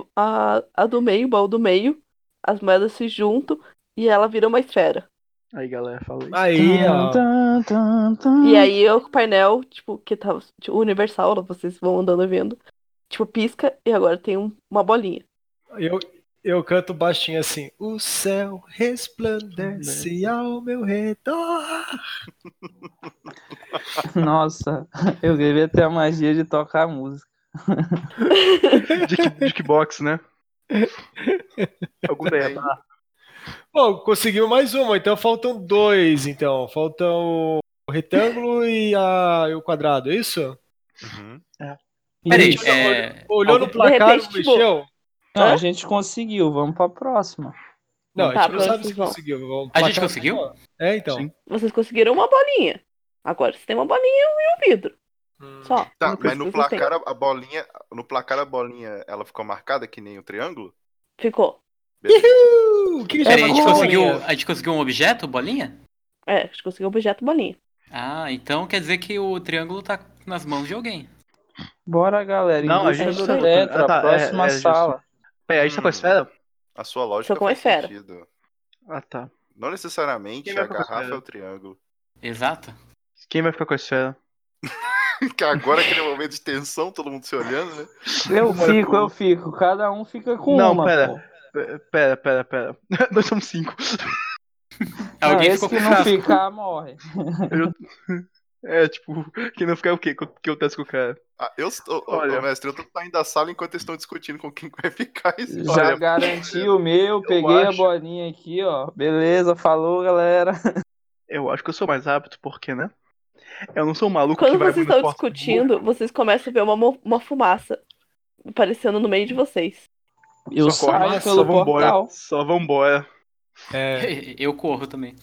a, a do meio, o baú do meio, as moedas se juntam e ela vira uma esfera.
Aí galera, fala isso.
Aí, ó.
Tan, tan, tan.
E aí o painel, tipo, que tava tipo, universal, lá vocês vão andando e vendo. Tipo, pisca e agora tem um- uma bolinha.
Eu, eu canto baixinho assim. O céu resplandece ao meu redor.
Nossa, eu devia ter a magia de tocar música.
De que- de que box, né? Algum daí. tá?
Bom, conseguiu mais uma, então faltam dois, então. Faltam o retângulo e, a, e o quadrado, é isso?
peraí,
Isso.
é,
Olhou no
Ah, De
placar,
repente,
não
tipo,
mexeu?
Não, a gente conseguiu, vamos pra próxima.
Não, a
tá,
gente não sabe
vocês
se
vão.
conseguiu. Vamos
A
placar
gente conseguiu?
não. É, então.
Sim.
Vocês conseguiram uma bolinha. Agora você tem uma bolinha e um vidro.
Hum.
Só.
Tá,
Uma coisa
mas no
que vocês
placar a a bolinha, no placar a bolinha, ela ficou marcada que nem o triângulo?
têm. Ficou.
Beleza.
Uhul! O que que
peraí, a
chama
gente
de
conseguiu,
bolinha?
a gente conseguiu um objeto, bolinha?
É, a gente conseguiu o objeto bolinha.
Ah, então quer dizer que o triângulo tá nas mãos de alguém.
Bora, galera. em
Não, a
busca
gente
do
tá-
Tetra,
Ah, tá, é,
próxima
é, justo.
sala.
Peraí, a gente tá com a esfera?
A sua lógica
Só com a
faz
esfera.
sentido.
Ah tá.
Não necessariamente
Quem vai
a
com a esfera?
garrafa é o triângulo.
Exato.
Quem vai ficar com a esfera?
Que agora aquele momento de tensão, todo mundo se olhando, né?
Eu fico, eu fico. Cada um fica com
Não,
uma.
pera.
pô.
P- Pera, pera, pera. Nós somos cinco.
Não,
Alguém
Ah, esse
ficou
que
com
não
frasco.
ficar morre.
É, tipo, que não ficar o quê? O que acontece com o cara?
Ah, eu estou.
Olha.
Olha, mestre, eu tô saindo da sala enquanto eles estão discutindo com quem vai ficar. e se-
Já
Olha,
garanti o meu, peguei a
acho-
bolinha aqui, ó. Beleza, falou, galera.
Eu acho que eu sou mais apto, porque, né? Eu não sou um maluco que
Quando
vai
vocês
abrindo
estão
porta pro
discutindo, vocês começam a ver uma, mo- uma fumaça aparecando no meio de vocês.
Eu
Só corre,
saio
nossa,
Só
pelo
vambora.
portal.
Só vambora.
É,
Eu corro também.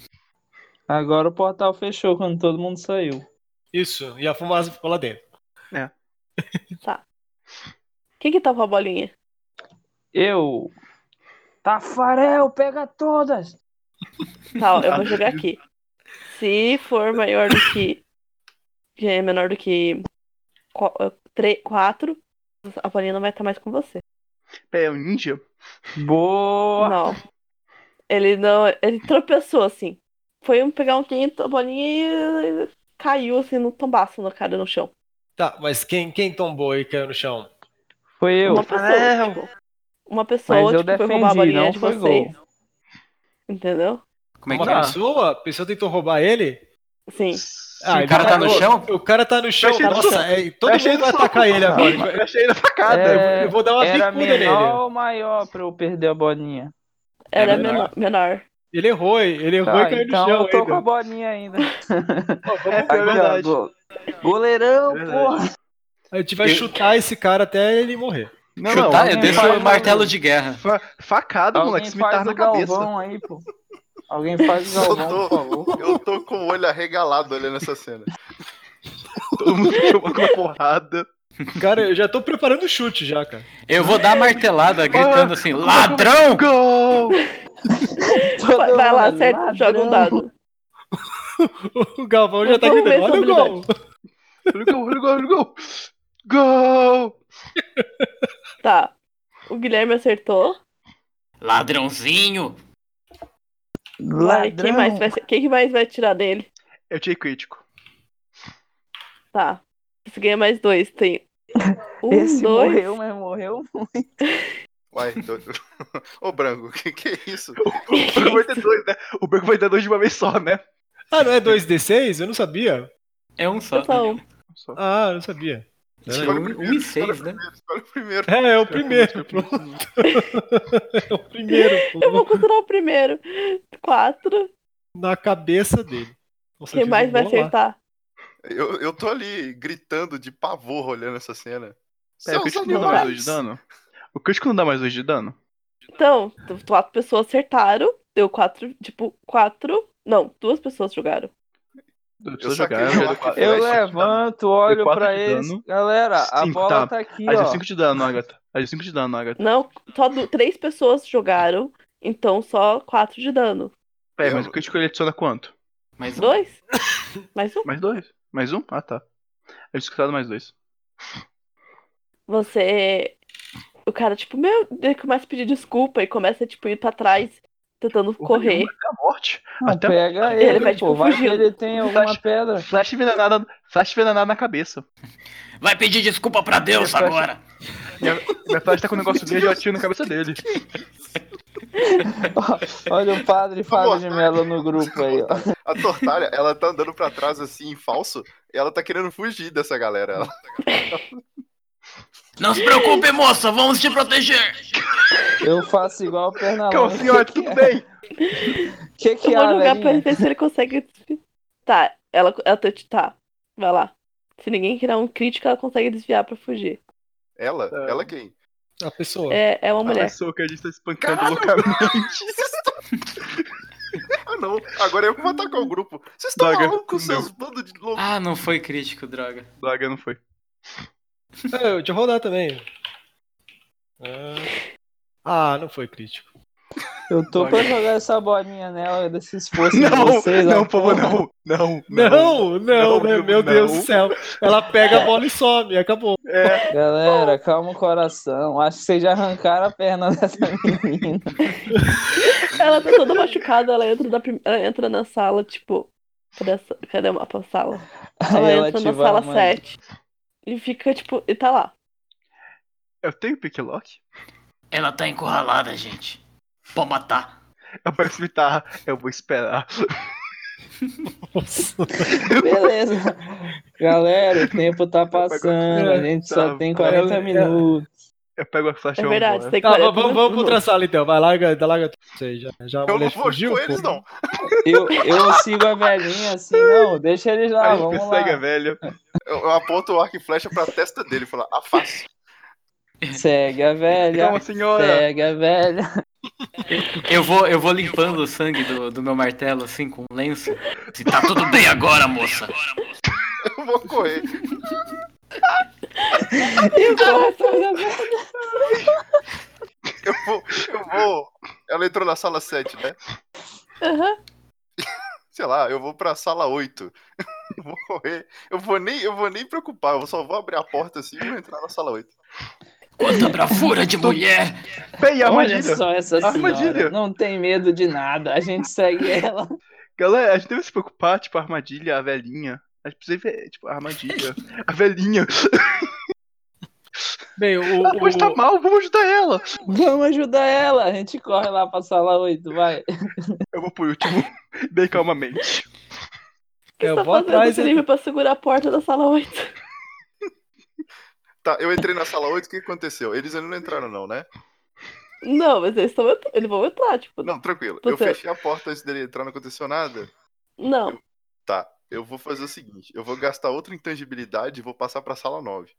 Agora o portal fechou quando todo mundo saiu.
isso. E a fumaça ficou lá dentro.
Quem que tá com a bolinha?
Eu. Tafarel, pega todas!
Tá, ó, eu vou jogar aqui. Se for maior do que. que É menor do que 4, a bolinha não vai estar mais com você.
Pera, é um ninja?
Boa!
Não. Ele não. Ele tropeçou assim. Foi um pegar um quinto, a bolinha e caiu assim no tombaço no cara no chão.
Tá, mas quem, quem tombou e caiu no chão?
Foi eu.
Uma pessoa,
Rafael.
tipo, uma pessoa
Mas eu
tipo, foi roubar a
defendi,
bolinha
não
de
foi
vocês.
gol.
Entendeu?
Como é que
Uma
tá?
pessoa? A pessoa tentou roubar ele?
Sim.
Ah,
o
ele
cara tá no
atacou-
chão?
O cara tá no chão.
achei do
Nossa,
soco.
é, todo
achei
mundo
do
vai
soco.
atacar ele agora.
Olha, Eu achei na facada.
É,
eu vou- Eu vou dar uma
Era
bicuda nele.
menor ou maior pra eu perder a bolinha?
Era
É
menor.
menor.
menor.
Ele errou, ele errou
Tá,
e caiu
então
no chão
eu tô com a
ainda.
bolinha ainda.
Pô, vamos ver,
Aqui,
é
ó,
verdade.
go- Goleirão,
É verdade.
porra!
A gente vai chutar esse cara até ele morrer.
Não, não.
Chutar, eu
alguém
deixo
faz
o
o-
martelo de guerra.
fa- Facada, moleque.
Alguém
Esmitar
faz
na
o
cabeça.
galvão aí, pô. Alguém faz o galvão, por favor.
Eu tô com o olho arregalado olhando essa cena.
Todo mundo tomou uma porrada.
Cara, eu já tô preparando o chute já, cara.
Eu vou dar a martelada gritando assim: ladrão!
Gol!
Todo
Vai lá,
mundo,
acerta, joga um
ladrão.
dado.
O Galvão já
Mas
tá
vamos ver
gritando. Olha o
essa
gol!
Olha o gol, olha o gol, olha o gol! Gol!
Tá. O Guilherme acertou.
Ladrãozinho!
Vai, quem, mais vai, ser- quem que mais vai tirar dele?
Eu tirei crítico.
Tá. Você ganha mais dois. Tem um,
Esse
dois.
morreu, mas morreu.
Uai, tô... Ô, Branco, o que, que é isso?
O branco vai ter dois, né? O branco vai ter dois de uma vez só, né?
Ah, não é 2D6? Eu não sabia.
É um só.
Só um.
Só.
Ah, eu não sabia.
Tirou um, um e seis, né?
Olha o primeiro.
É, é o primeiro. pronto. é o primeiro.
Eu vou
pô.
considerar o primeiro. Quatro.
Na cabeça dele. Nossa, eu
Quem
fiz
mais
um
vai
gol lá.
acertar?
Eu, eu tô ali gritando de pavor olhando essa cena.
É, o
Seus
crítico não dá mais dois
animais!
de dano? O crítico não dá mais dois de dano?
Então, t- quatro pessoas acertaram. Deu quatro, tipo, quatro. Não, duas pessoas jogaram.
Eu
Eu
preciso
saquei
jogar. Eu já dei
um arco
quatro.
e
Eu
Vai, chute,
levanto, olho
tá quatro
pra
de
eles.
dano.
Galera, a
Cinco,
bola
tá.
tá, aqui,
Aí
ó.
deu 5 de dano, Agatha. Aí deu 5 de dano, Agatha.
Não, só du- três pessoas jogaram. Então, só quatro de dano.
Pera, É, mas o crítico ele adiciona quanto?
Mais um.
Dois? Mais um.
Mais dois. Mais um? Ah, tá. Eu escutado mais dois.
Você. O cara, tipo, meu, ele começa a pedir desculpa e começa, tipo, a ir pra trás, tentando correr.
Até a morte.
Não,
Até-
pega
Ele
ele,
vai, tipo,
pô. Vai que
fugindo.
ele tem alguma pedra.
Flash envenenada, flash envenenada na cabeça.
Vai pedir desculpa pra Deus
Eu acho-
agora!
Minha, minha flash tá com um negócio grande e eu atiro na cabeça dele.
Olha o padre
Tá
Fábio de Mello no grupo aí, ó.
A Tortalha, ela tá andando pra trás assim, em falso, e ela tá querendo fugir dessa galera. Ela-
Não se preocupe, moça, vamos te proteger!
Eu faço igual o Pernalonga.
Calma, senhora,
que,
Então,
é?
tudo bem?
que, que
Eu
é,
vou jogar pra ele
velhinha?
ver se ele consegue. Tá, ela, ela tá, tá, vai lá. Se ninguém tirar um crítico, ela consegue desviar pra fugir.
Ela? Ela quem?
A pessoa.
É, é uma
A
mulher.
pessoa que a gente tá espancando loucamente.
Ah, não. Agora eu que vou atacar o grupo. Vocês estão
Droga,
malucos com
não.
seus bandos de loucos?
Ah, não foi crítico, droga.
Droga, não foi.
É, eu tinha rodar também. É. Ah, não foi crítico.
Eu tô pra jogar essa bolinha nela, desse esforço de
Não,
vocês, ó.
não, por favor, não. Não,
Não, não,
Não,
né?
não,
meu Deus
não.
do céu. Ela pega a bola e some, acabou.
É,
Galera, calma o coração. Acho que vocês já arrancaram a perna dessa menina.
Ela tá toda machucada, ela entra, na, prim- ela entra na sala, tipo. Cadê, essa, cadê a mapa sala? Ela,
Aí ela
entra na
ativa a
sala
mãe.
7. E fica, tipo, e tá lá.
eu tenho pick lock?
Ela tá encurralada, gente. Pode matar.
Eu vou esmitar, eu vou esperar.
Nossa.
Beleza. Galera, o tempo tá passando, a gente só
Tá,
tem 40
é, é.
minutos.
Eu pego a
É
flecha e vou
verdade, você tem
embora.
Tá,
40
vamos, vamos pra
minutos.
outra sala então. Vai, larga, larga tudo isso aí. Já, já a
Eu não
mulher
vou
fugiu, um
com eles,
pô.
não.
Eu, eu sigo a velhinha assim, não, deixa eles lá,
Aí
Tá, vamos
persegue a
lá.
velha.
Eu, eu aponto o arco e flecha pra testa dele e falo, afaste.
Segue a
Calma,
velha,
senhora.
segue a velha.
Eu vou, eu vou limpando o sangue do, do meu martelo, assim, com um lenço. Se tá tudo bem agora, moça.
Eu vou correr.
E o coração da velha.
Eu vou, eu vou. Ela entrou na sala 7, né?
Aham.
Sei lá, eu vou pra sala 8. Eu vou correr. Eu vou nem, eu vou nem preocupar, eu só vou abrir a porta assim e vou entrar na sala 8.
Quanta bravura de mulher!
Pei,
Olha
armadilha.
só essa
Armadilha.
senhora, não tem medo de nada, a gente segue ela.
Galera, a gente deve se preocupar, tipo, a armadilha, a velhinha. A gente precisa ver, tipo, a armadilha. A velhinha.
Bem, o,
Ela pode estar
o,
mal, vamos ajudar ela.
Vamos ajudar ela, a gente corre lá pra sala 8, vai.
Eu vou por último, bem calmamente.
O que você
Eu
tá
vou
fazendo
atrás,
esse
eu-
livro pra segurar a porta da sala 8?
Tá, eu entrei na sala 8, o que aconteceu? Eles ainda não entraram, não, né?
Não, mas eles, tão, entrando- eles vão entrar, tipo. Não.
Não, tranquilo. Eu
Você-
fechei a porta antes dele entrar, não aconteceu nada. Tá, eu vou fazer o seguinte: eu vou gastar outra intangibilidade e vou passar pra sala 9.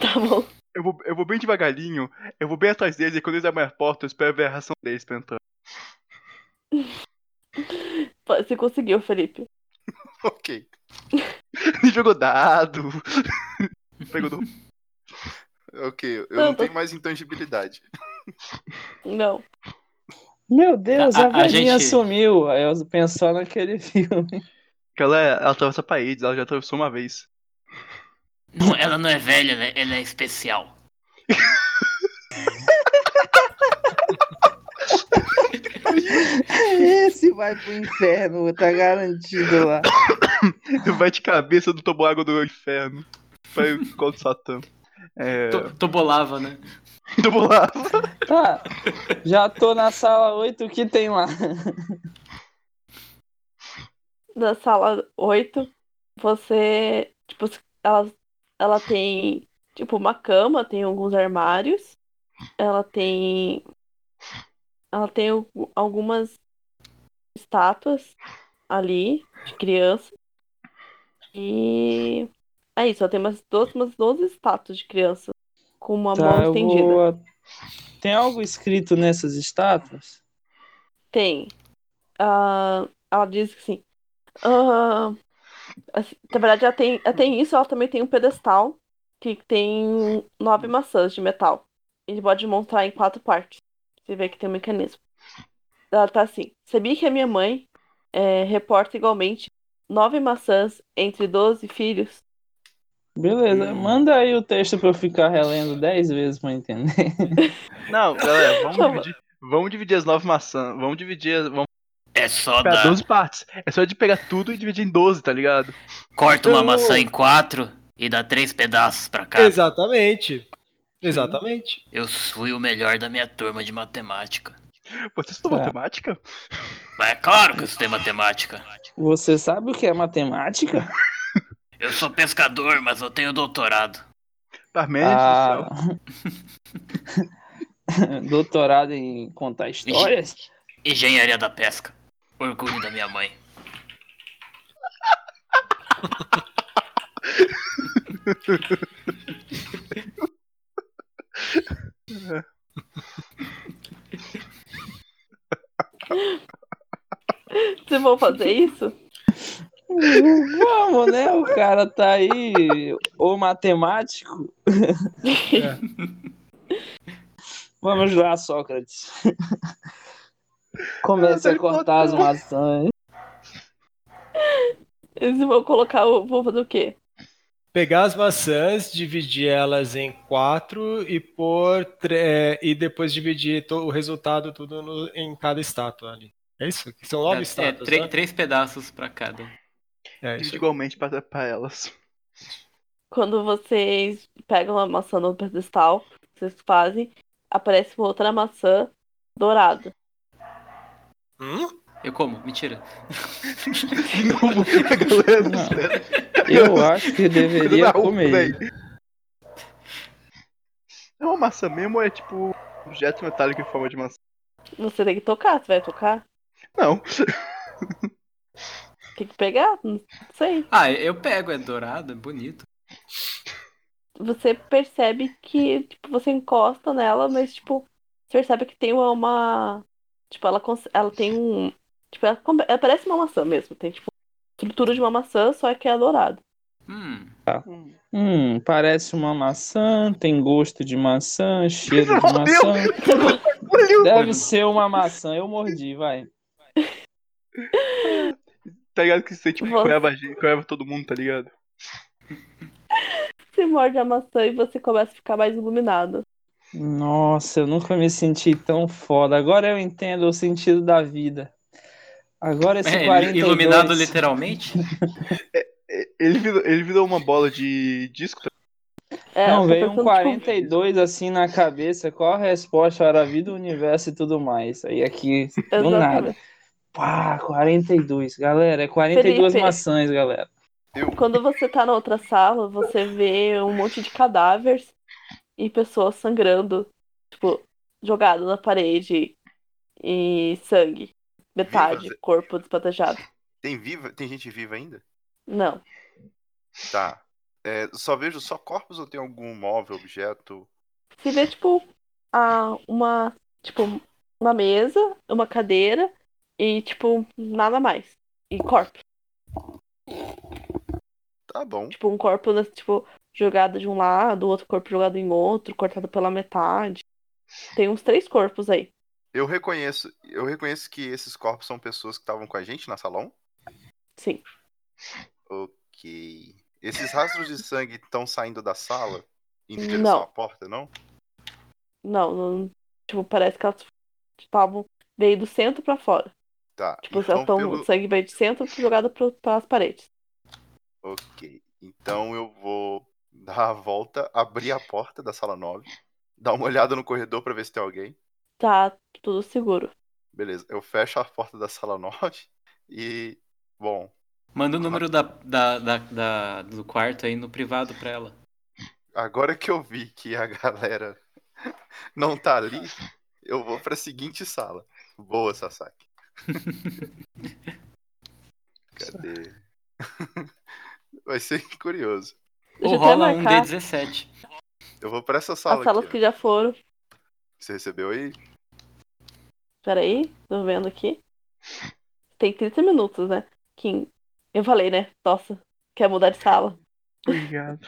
tá bom.
Eu vou, eu vou bem devagarinho, eu vou bem atrás deles, e quando eles abrem a porta, eu espero ver a reação deles pra entrar.
Você conseguiu, Felipe.
Ok.
Ele jogou dado. Pegou do...
Ok, eu
Não,
não
tô-
tenho mais intangibilidade.
Não.
Meu Deus, a,
A- a- a
velhinha
gente-
sumiu. Aí eu penso só naquele filme.
Galera, ela atravessa paredes, ela já atravessou uma vez.
Não, ela não é velha, ela é, ela é especial.
Esse vai pro inferno, tá garantido lá.
Vai de cabeça do toboágua do inferno. Vai o colo do Satã. É.
Tô, tô bolava, né?
Toboágua.
Tá, já tô na sala 8, o que tem lá?
Na sala 8, você. Tipo, ela, ela tem. Tipo, uma cama, tem alguns armários. Ela tem. Ela tem algu- algumas estátuas ali, de criança. E. É isso, ela tem umas 12, umas 12 estátuas de criança. Com
Tá,
uma mão estendida.
Tem algo escrito nessas estátuas?
Tem. Ah, ela diz que sim. Ah, assim, na verdade, ela tem, ela tem isso, ela também tem um pedestal que tem nove maçãs de metal. Ele pode montar em quatro partes. Você vê que tem um mecanismo. Ela tá assim. Sabia que a minha mãe eh, reporta igualmente nove maçãs entre 12 filhos?
Beleza, manda aí o texto pra eu ficar relendo 10 vezes pra entender.
Não, galera, vamos
Toma.
dividir. Vamos dividir as nove maçãs. Vamos dividir. as- Vamos
É só
pegar
dar.
12 partes. É só de pegar tudo e dividir em 12, tá ligado?
Corta uma
Eu-
maçã em quatro e dá três pedaços pra cada.
Exatamente. Exatamente.
Eu fui o melhor da minha turma de matemática.
Você estudou
Tá.
matemática?
Mas é claro que eu estudei matemática.
Você sabe o que é matemática?
Eu sou pescador, mas eu tenho doutorado.
Parmênides do
Ah.
céu.
Doutorado em contar histórias?
Engenharia da pesca. Orgulho da minha mãe.
Vocês vão fazer isso?
Vamos, né? O cara tá aí, o matemático.
É.
Vamos lá, Sócrates. Começa a cortar as maçãs.
Eles vão colocar o. Vão fazer o quê?
Pegar as maçãs, dividir elas em quatro e pôr tre- é, e depois dividir to- o resultado tudo no- em cada estátua ali. É isso? São nove estátuas. né?
é, três pedaços pra cada.
É
Divide
isso.
igualmente pra, pra elas.
Quando vocês pegam a maçã no pedestal, vocês fazem, aparece uma outra maçã dourada.
Hum?
Eu como? Mentira.
De novo, a galera do
Não.
céu.
Eu acho que deveria
Não,
comer.
véi. É uma maçã mesmo ou é tipo um objeto metálico em forma de maçã?
Você tem que tocar, você vai tocar?
Não.
Tem que pegar? Não sei.
Ah, eu pego, é dourado, é bonito.
Você percebe que, tipo, você encosta nela, mas, tipo, você percebe que tem uma. Tipo, ela, cons- ela tem um. Tipo, ela, com- ela parece uma maçã mesmo. Tem, tipo, estrutura de uma maçã, só que é dourado.
Hum.
Hum, parece uma maçã, tem gosto de maçã, cheiro de
Meu
maçã.
Olha,
Deve ser uma maçã, eu mordi, vai.
tá ligado que você tipo
Vou-
coeva, a gente- coeva todo mundo, tá ligado?
Você morde a maçã e você começa a ficar mais iluminado.
Nossa, eu nunca me senti tão foda. Agora eu entendo o sentido da vida. Agora esse
É,
42...
iluminado literalmente?
E- Ele virou, ele virou uma bola de disco. tá?
É,
Não,
eu tô
veio um
pensando,
42 assim na cabeça, qual a resposta? Era a vida, o universo e tudo mais. Aí aqui,
tipo,
do
exatamente.
nada. Pá, 42, galera, é 42
Felipe.
maçãs, galera.
Quando você tá na outra sala, você vê um monte de cadáveres e pessoas sangrando, tipo, jogado na parede e sangue. Metade,
Viva.
corpo despatejado.
Tem, viva, tem gente viva ainda?
Não.
Tá. É, só vejo só corpos ou tem algum móvel, objeto?
Você vê, tipo, a, uma. Tipo, uma mesa, uma cadeira e, tipo, nada mais. E corpo.
Tá bom.
Tipo, um corpo, né, tipo, jogado de um lado, outro corpo jogado em outro, cortado pela metade. Tem uns três corpos aí.
Eu reconheço, eu reconheço que esses corpos são pessoas que estavam com a gente na salão.
Sim.
Ok. Esses rastros de sangue estão saindo da sala em direção
Não.
à porta, não?
Não, não- tipo, parece que elas estavam veio do centro pra fora.
Tá.
Tipo, elas
então,
estão,
pelo-
o sangue veio de centro jogado pro, pelas paredes.
Ok. Então eu vou dar a volta, abrir a porta da sala 9, dar uma olhada no corredor pra ver se tem alguém.
Tá tudo seguro.
Beleza. Eu fecho a porta da sala 9 e. Bom,
Manda o número da, da, da- da- do quarto aí no privado pra ela.
agora que eu vi que a galera não tá ali, eu vou pra seguinte sala. Boa, Sasaki. Cadê? Vai ser curioso.
Deixa
Ou
eu até
rola um
marcar
D17.
Eu vou pra essa sala
as salas
aqui. ó.
que já foram.
Você recebeu aí?
Peraí, tô vendo aqui. Tem 30 minutos, né? Kim. Eu falei, né? Nossa, quer mudar de sala.
Obrigado.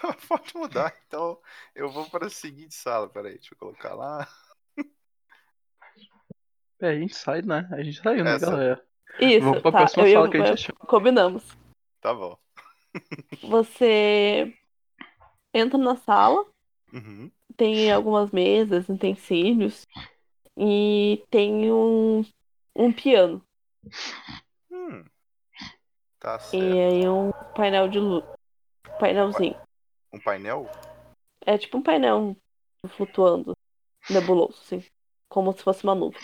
Tá, Pode mudar, então eu vou para a seguinte sala. Peraí, deixa eu colocar lá.
É, a gente sai, né? A gente saiu, né,
Essa-
galera?
Isso,
Vamos pra
tá.
próxima
eu
sala
ia-
que a gente achou.
Combinamos.
Tá bom.
Você entra na sala.
Uhum.
tem algumas mesas, utensílios e tem um, um piano
Hum. Tá
e
certo.
aí um painel de luz, painelzinho.
Um painel?
É tipo um painel flutuando, nebuloso, assim, como se fosse uma nuvem.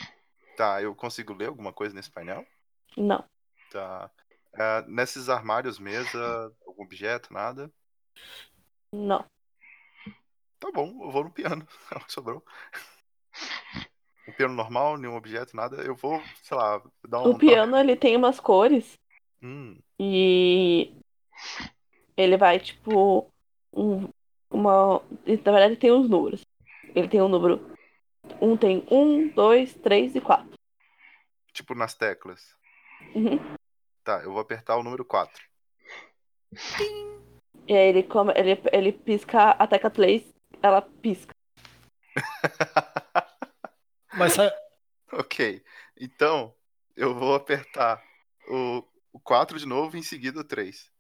Tá, eu consigo ler alguma coisa nesse painel?
Não,
Tá. Ah, nesses armários, mesa, algum objeto, nada.
não.
Tá bom, eu vou no piano. É o que sobrou. Um piano normal, nenhum objeto, nada. Eu vou, sei lá, dar um.
O piano ele tem umas cores
Hum,
e ele vai tipo um, uma, na verdade tem uns números. Ele tem um número um tem um, dois, três e quatro.
tipo nas teclas.
Uhum.
Tá, eu vou apertar o número 4.
E aí ele, come, ele, ele pisca a tecla 3, ela pisca.
Mas sabe,
Ok. Então, eu vou apertar o, o 4 de novo e em seguida o 3.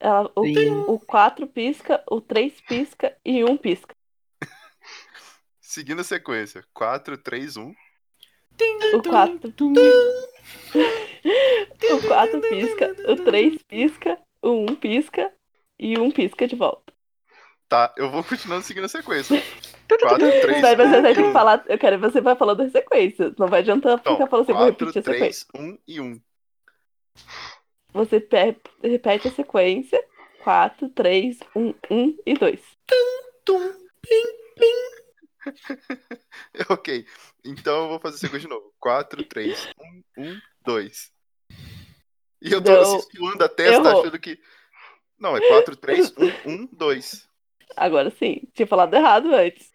Ela,
Sim.
o, o 4 pisca, o 3 pisca e 1 pisca.
Seguindo a sequência. um. 4, 3, 1.
O 4. o 4 pisca, o 3 pisca, o 1 pisca e 1 pisca de volta.
Tá, eu vou continuando seguindo a sequência. um, 4, 3, 1.
Mas você vai ter que falar. Eu quero você vai falando as
Então,
sequências. Não vai adiantar ficar falando assim, vou repetir a sequência.
3, 1 e 1.
Você pe- repete a sequência. 4, 3, 1, 1 e 2.
Tum.
ok. Então eu vou fazer o seguinte de novo. 4, 3, 1, 1, 2. um, E eu tô
Não.
assim, suando a testa,
Errou.
achando que. Não, é 4, 3, 1, 1, 2.
Agora sim, tinha falado errado antes.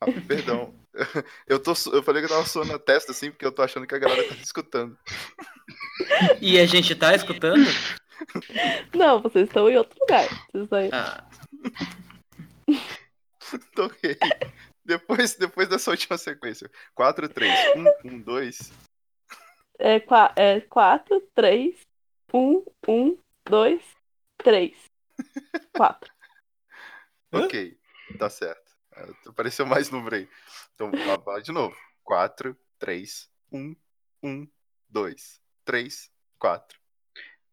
Ah, perdão. Eu, tô, su- eu falei que eu tava suando a testa, assim, porque eu tô achando que a galera tá escutando.
E a gente tá escutando?
Não, vocês estão em outro lugar. Vocês estão em-
Ah,
Então, ok. Depois, depois dessa última sequência. um, 4, 3, 1, 1, 2.
É, qua- é um, 4, 3, 1, 1, 2, 3, 4.
Ok, tá certo. Ah, Apareceu mais número aí. Então, lá vai de novo. um, 4, 3, 1, 1, 2, 3, 4.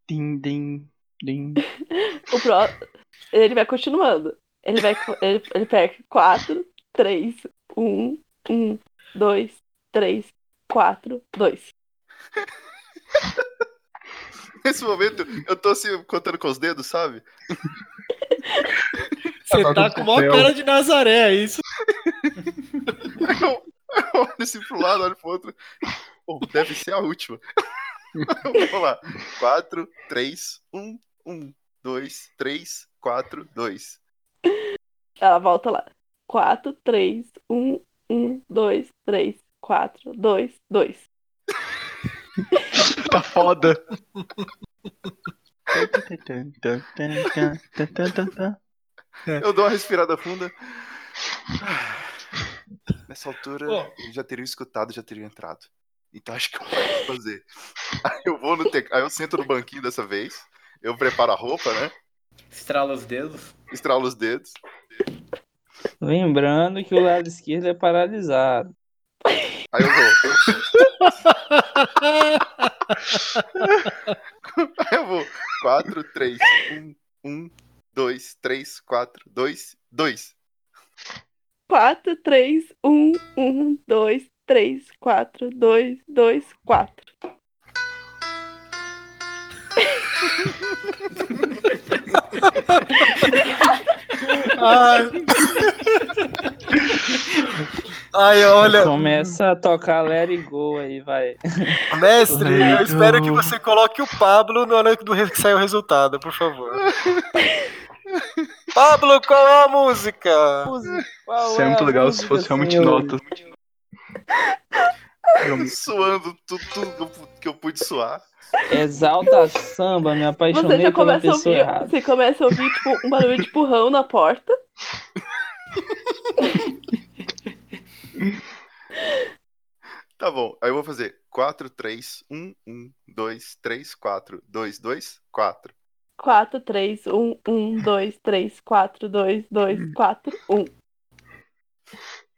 Din, din, din.
O pró... Ele vai continuando. Ele vai. co- Ele, ele pega 4, 3, 1, 1, 2, 3, 4, 2.
Nesse momento, eu tô assim, contando com os dedos, sabe?
Você tá com a maior cara de Nazaré, é isso?
Eu, eu olho assim pro lado, olho pro outro. Pô, deve ser a última. Vamos lá. um, 4, 3, 1, 1, 2, 3, 4, 2.
Ela volta lá. um, 4, 3, 1, 1, 2, 3, 4, 2, 2.
Tá foda.
Eu dou uma respirada funda. Ah, Nessa altura,
Pô.
eu já teria escutado, já teria entrado. Então acho que eu vou fazer. Aí eu vou no tec... Aí eu sento no banquinho dessa vez. Eu preparo a roupa, né?
estrala os dedos.
Estralo os dedos.
Lembrando que o lado esquerdo é paralisado.
Aí eu vou. Aí eu vou. um, 4, 3, 1, 1, 2, 3, 4, 2, 2.
4, 3, 1, 1, 2, 3, 4, 2, 2, 4.
Ai, Ai, olha,
Começa a tocar Let It Go aí, vai.
mestre, eu espero que você coloque o Pablo na hora do re- que sair o resultado, por favor. Pablo, qual é a música?
Qual
Seria
é
muito
a
legal se
música,
fosse realmente
senhor?
notas.
Suando tudo, tudo que eu pu- que eu pude suar.
Exalta samba, me
Você
apaixonei
já
pela
começa a
pessoa
ouvir,
errada.
você começa a ouvir tipo, um barulho de empurrão na porta.
Tá bom, aí eu vou fazer um, 4, 3, 1, 1, 2, 3, 4, 2, 2, 4.
4, 3, 1, 1, 2, 3, 4, 2, 2, 4, 1.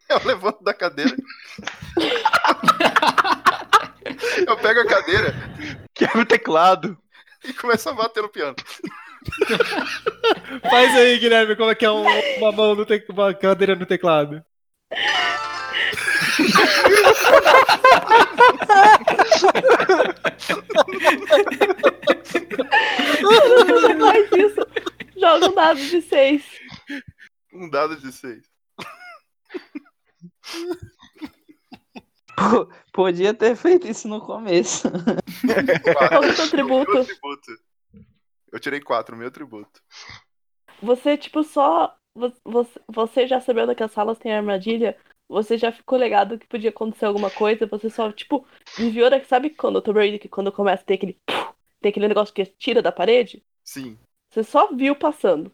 Eu levanto da cadeira. eu pego a cadeira
Quebra o teclado.
e começo a bater no piano.
Faz aí, Guilherme, como é que é um- uma mão no tec- uma cadeira no teclado?
Você faz isso. Joga um dado de 6.
Um dado de 6.
Podia ter feito isso no começo.
Qual é o seu tributo?
Meu tributo. Eu tirei 4, meu tributo.
Você, tipo, só. vo- Você, você já sabia que as salas têm armadilha? Você já ficou ligado que podia acontecer alguma coisa? Você só, tipo, desviou da. Sabe quando o Tom Brady, que quando começa a ter aquele. Tem aquele negócio que tira da parede?
Sim.
Você só viu passando.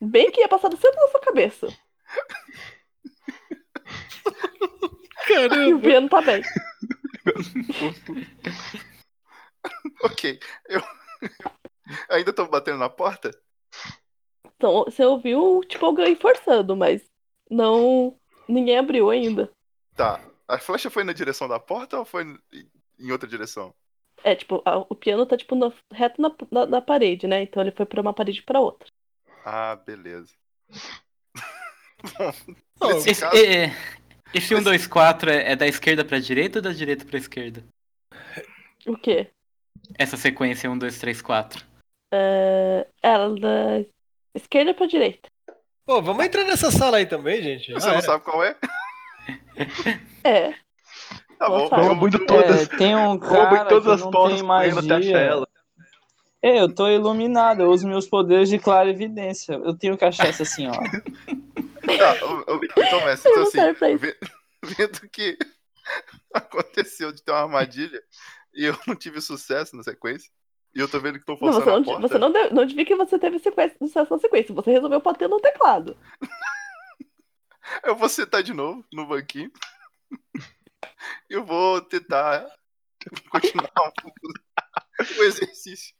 Bem que ia passar do centro da sua cabeça. E o piano tá bem.
Ok. Eu... Ainda tô batendo na porta?
Então, você ouviu, tipo, alguém forçando, mas não. Ninguém abriu ainda.
Tá. A flecha foi na direção da porta ou foi em outra direção?
É, tipo, a- o piano tá, tipo, na- reto na, na, na parede, né? Então ele foi pra uma parede e pra outra.
Ah, beleza.
Não,
Nesse
Esse,
caso-
é, é, esse 1, 2, 4 é, é da esquerda pra direita ou da direita pra esquerda?
O quê?
Essa sequência é 1, 2, 3, 4.
Ah, ela da esquerda pra direita.
Pô, vamos entrar nessa sala aí também, gente.
Você
Ah,
não
era.
sabe qual é?
É. Não
Tá bom.
sabe.
eu-
Roubando todas.
É, tem um
Roubo
cara
em todas
que
as
não
portas
tem
correndo até achar
magia.
ela.
É, eu tô iluminado, eu uso meus poderes de clarividência. Eu tenho cachaça assim, ó.
Tá, o- o- então, mestre, então
Eu não quero pra
assim, ve- vendo que aconteceu de ter uma armadilha e eu não tive sucesso na sequência, e eu tô vendo que estão
Não,
forçando
você não,
a
di-
porta.
você não, deu- não devia que você teve sequência, sucesso na sequência. Você resolveu bater no teclado.
Eu vou sentar de novo no banquinho. Eu vou tentar continuar um o exercício.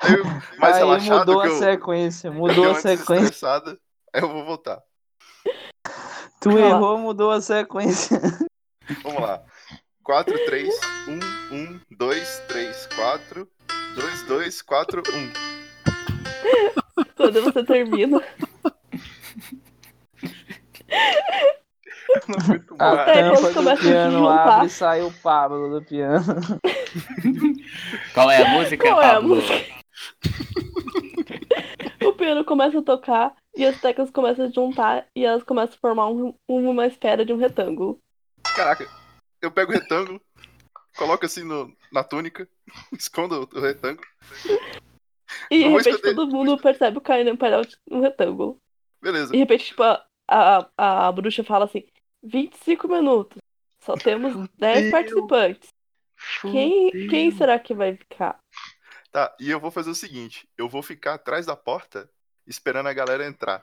Aí Eu, mais
Aí
relaxado
mudou
que
a
eu,
sequência,
que
mudou a
eu antes
sequência.
estressada, aí eu vou voltar.
Tu
Cala.
errou, mudou a sequência.
Vamos lá. um, 4, 3, 1, 1, 2, 3, 4, 2, 2, 4, 1.
Quando você termina.
Não aguento
A
mais.
Até quando
tampa do
começa a se
piano
juntar.
abre e sai o Pablo do piano.
Qual é a música,
Qual é a
Pablo?
música? o piano começa a tocar e as teclas começam a juntar e elas começam a formar um- uma esfera de um retângulo.
tá.
Caraca, eu pego o retângulo, coloco assim no- na túnica, escondo o- o retângulo.
E de
Eu vou
repente
esconder.
todo mundo percebe o caindo no painel de um retângulo.
Beleza.
E de repente, tipo, a, a, a bruxa fala assim: 25 minutos. Só temos 10
Deus.
participantes. Quem,
Deus.
quem será que vai ficar?
Tá, e eu vou fazer o seguinte: eu vou ficar atrás da porta esperando a galera entrar.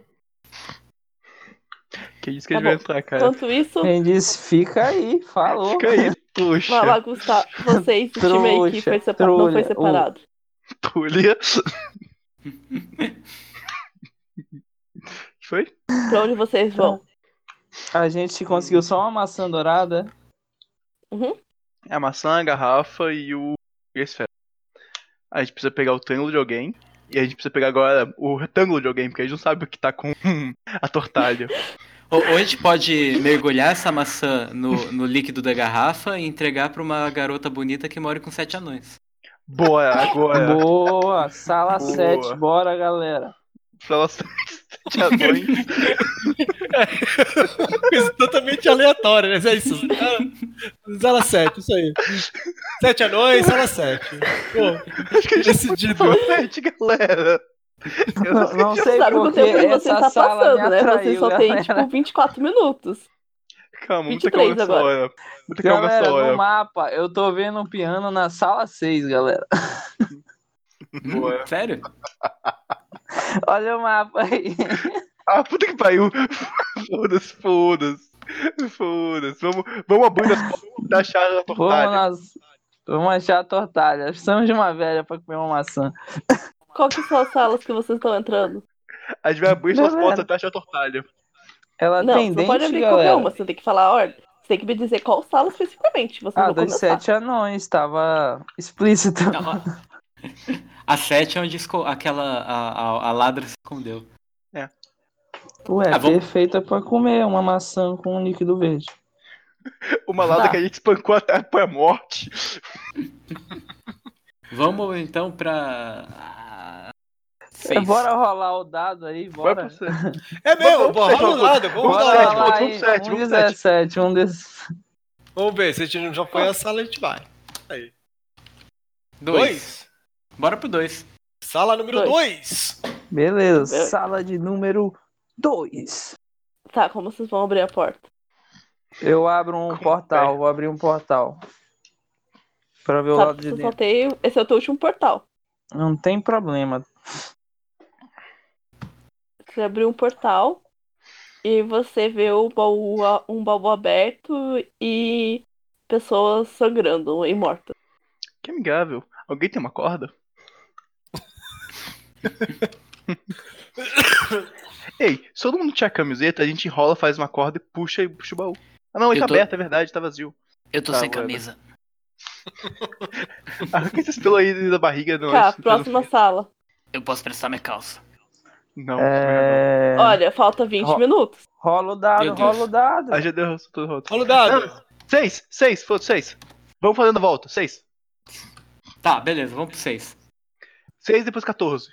Que isso que
Tá
a gente vai
bom.
entrar,
É.
cara.
Enquanto isso,
Quem disse, fica aí, falou.
Fica aí, puxa.
vai lá, Gustavo, você e esse time aí que
Trouxa,
foi separa- não foi
trolha, ô.
separado.
Tulha. Foi?
Pra onde vocês vão?
A gente conseguiu só uma maçã dourada.
É a maçã, a garrafa e o. e a esfera. A gente precisa pegar o triângulo de alguém. E a gente precisa pegar agora o retângulo de alguém, porque a gente não sabe o que tá com a tortalha.
Ou, ou a gente pode mergulhar essa maçã no, no líquido da garrafa e entregar pra uma garota bonita que mora com sete anões.
Bora, agora.
Boa, sala
é. Boa.
7, bora galera.
Sala 7 anões.
Coisa totalmente aleatória, né? É isso. Sala- Sala 7, isso aí. Sete anões, sala 7. Pô, decidido.
Sala 7, galera. Eu
Não,
não
não sei
Sabe o
porque
tempo que você
essa
tá
sala me
passando, né? Você
atraiu,
só tem,
galera.
tipo, 24 minutos.
sei. Calma, muita
23
calma nessa
agora.
hora. Muita calma
Galera,
nessa
no
hora.
mapa, eu tô vendo um piano na sala 6, galera.
Hum,
Boa.
sério?
Olha o mapa aí.
Ah, puta que pariu. Foda-se, foda-se. Foda-se. Vamos, vamos abrir as portas da chave da
Vamos,
tortalha.
nas... Vamos achar a tortalha. Precisamos de uma velha pra comer uma maçã.
Qual que são as salas que vocês estão entrando?
A gente vai abrir suas
Galera.
portas da chave da tortalha.
Ela
não,
tem
você não
dente,
pode abrir
galera.
qualquer uma, você tem que falar a ordem. Você tem que me dizer qual sala especificamente. Vocês
Ah,
vão
dos
começar.
sete anões, tava explícito.
Não, a- A sete é onde esco- aquela. A, a- a ladra se escondeu.
Ué,
Ah, vamos-
perfeita pra comer uma maçã com um líquido verde.
Uma lata
Tá.
que a gente espancou até pra morte.
Vamos então pra. ah,
É,
Seis.
Bora rolar o dado aí,
Vai
bora.
pro set.
É meu,
Vamos,
bom,
vamos,
vamos
vamos.
lá, vamos
Vamos
lá.
lá.
Bora
sete,
rolar
vamos
aí,
pro sete,
um
vamos pro sete.
17, um dez.
Vamos ver, se a gente não foi a sala, a gente vai.
Dois.
Dois.
Bora pro dois.
Sala número
Dois.
2.
Beleza,
Beleza.
sala de número 2.
Tá, como vocês vão abrir a porta?
Eu abro um portal, vou abrir um portal. Pra ver o
Sabe
lado
que
de
você
dentro.
só tem. Esse é o teu último portal.
Não tem problema.
Você abriu um portal e você vê o baú, a- um baú aberto e pessoas sangrando e mortas.
Que amigável. Alguém tem uma corda? Ei, se todo mundo tinha camiseta, a gente enrola, faz uma corda e puxa e puxa o baú. Ah não, ele
Eu
tá
tô-
aberto, é verdade, tá vazio.
Eu tô
Tá,
sem
Wanda.
camisa.
Arranca esses pelo aí da barriga, não.
tá,
isso não tá no
próxima sala.
Eu posso prestar minha calça.
fim. Não, melhor
É...
Olha, falta 20
Ro-
minutos.
Rola o dado,
Meu Deus.
rola o dado.
Ah, não. Aí já deu tudo roto.
Olha o dado.
Seis, seis, foda seis. Vamos fazendo a volta, seis.
Tá, beleza, vamos pro 6.
6 depois 14.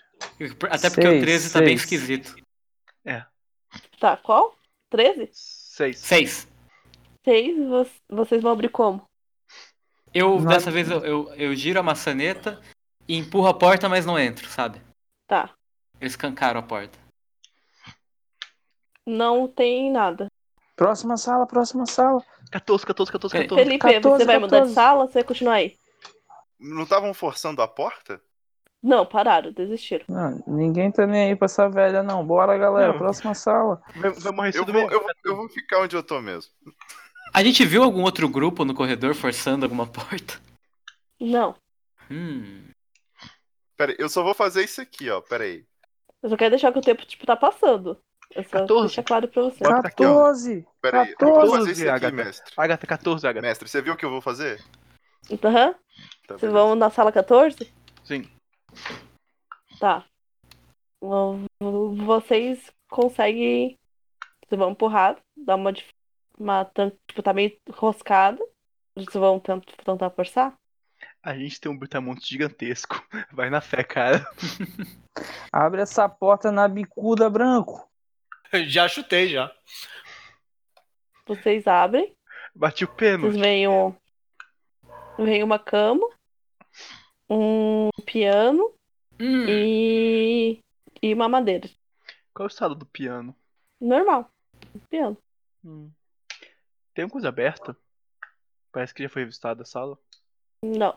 Até porque o
Seis,
13 tá bem
seis.
esquisito.
Tá, qual? 13?
6.
6.
6, vocês vão abrir como?
Eu,
Não- é-
dessa vez, eu, eu, eu giro a maçaneta e empurro a porta, mas não entro, sabe?
Tá.
Eles cancaram a porta.
Não tem nada.
Próxima sala, próxima sala.
14, 14, 14,
É.
14.
Felipe,
14,
você vai mudar de
14.
sala ou você vai continuar aí?
Não estavam forçando a porta?
Não, pararam, desistiram.
Não, ninguém tá nem aí pra essa velha, não. Bora, galera,
Não.
próxima sala.
Vai, vai morrer
Eu
cedo
vou,
mesmo.
eu, vou, eu vou ficar onde eu tô mesmo.
A gente viu algum outro grupo no corredor forçando alguma porta?
Não.
Hum.
Pera aí, eu só vou fazer isso aqui, ó. Pera aí.
Eu só quero deixar que o tempo, tipo, tá passando. Eu só
14?
deixar claro pra você.
Bota aqui, ó.
14!
Pera aí. Eu vou
14,
fazer isso aqui,
Agatha.
mestre.
Agatha, 14, Agatha.
Mestre, você viu o que eu vou fazer?
Aham.
Tá,
Vocês
beleza.
vão na sala 14?
Sim.
Tá. Vo- vo- Vocês conseguem. Vocês vão empurrar, dar uma. dif- uma tan- tipo, tá meio roscada. Vocês vão tent- tentar forçar?
A gente tem um brutamonte gigantesco. Vai na fé, cara.
Abre essa porta na bicuda, branco.
Já chutei, já.
Vocês abrem,
Bati o pênalti.
vocês veem um. Vem uma cama, um piano
Hum.
e. e uma madeira.
Qual é o estado do piano?
Normal. Piano.
Hum. Tem uma coisa aberta? Parece que já foi visitada a sala.
Não.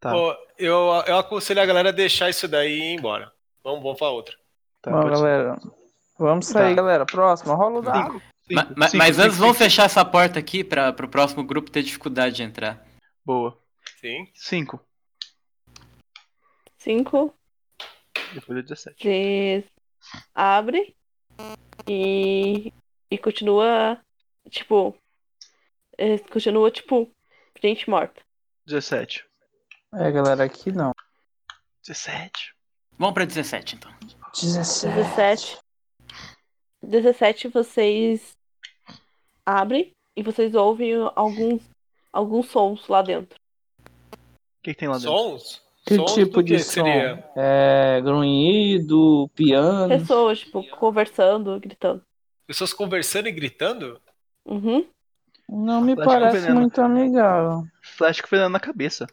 Tá.
Pô, eu, eu aconselho a galera a deixar isso daí e ir embora. Vamos, vamos pra outra.
Tá,
Bom,
pode ser.
galera. Vamos sair,
Tá.
galera. Próxima, rola o dado.
Cinco,
Ma-
cinco,
ma-
cinco,
mas antes,
cinco,
vamos
cinco.
fechar essa porta aqui para o próximo grupo ter dificuldade de entrar.
Boa.
Sim.
5.
Cinco.
Depois é 17.
Vocês abre e, e continua, tipo, eh, continua, tipo, gente morta.
17.
É, galera, aqui não.
17.
Vamos para 17, então.
17.
17. 17 vocês abrem e vocês ouvem alguns, alguns sons lá dentro.
O que, que tem lá dentro?
Sons?
Que
Sons
tipo
do que
de som? É, grunhido, piano.
Pessoas, tipo, conversando, gritando.
Pessoas conversando e gritando?
Uhum.
Não me
Flash com
parece
veneno.
muito amigável.
Flash com veneno na cabeça.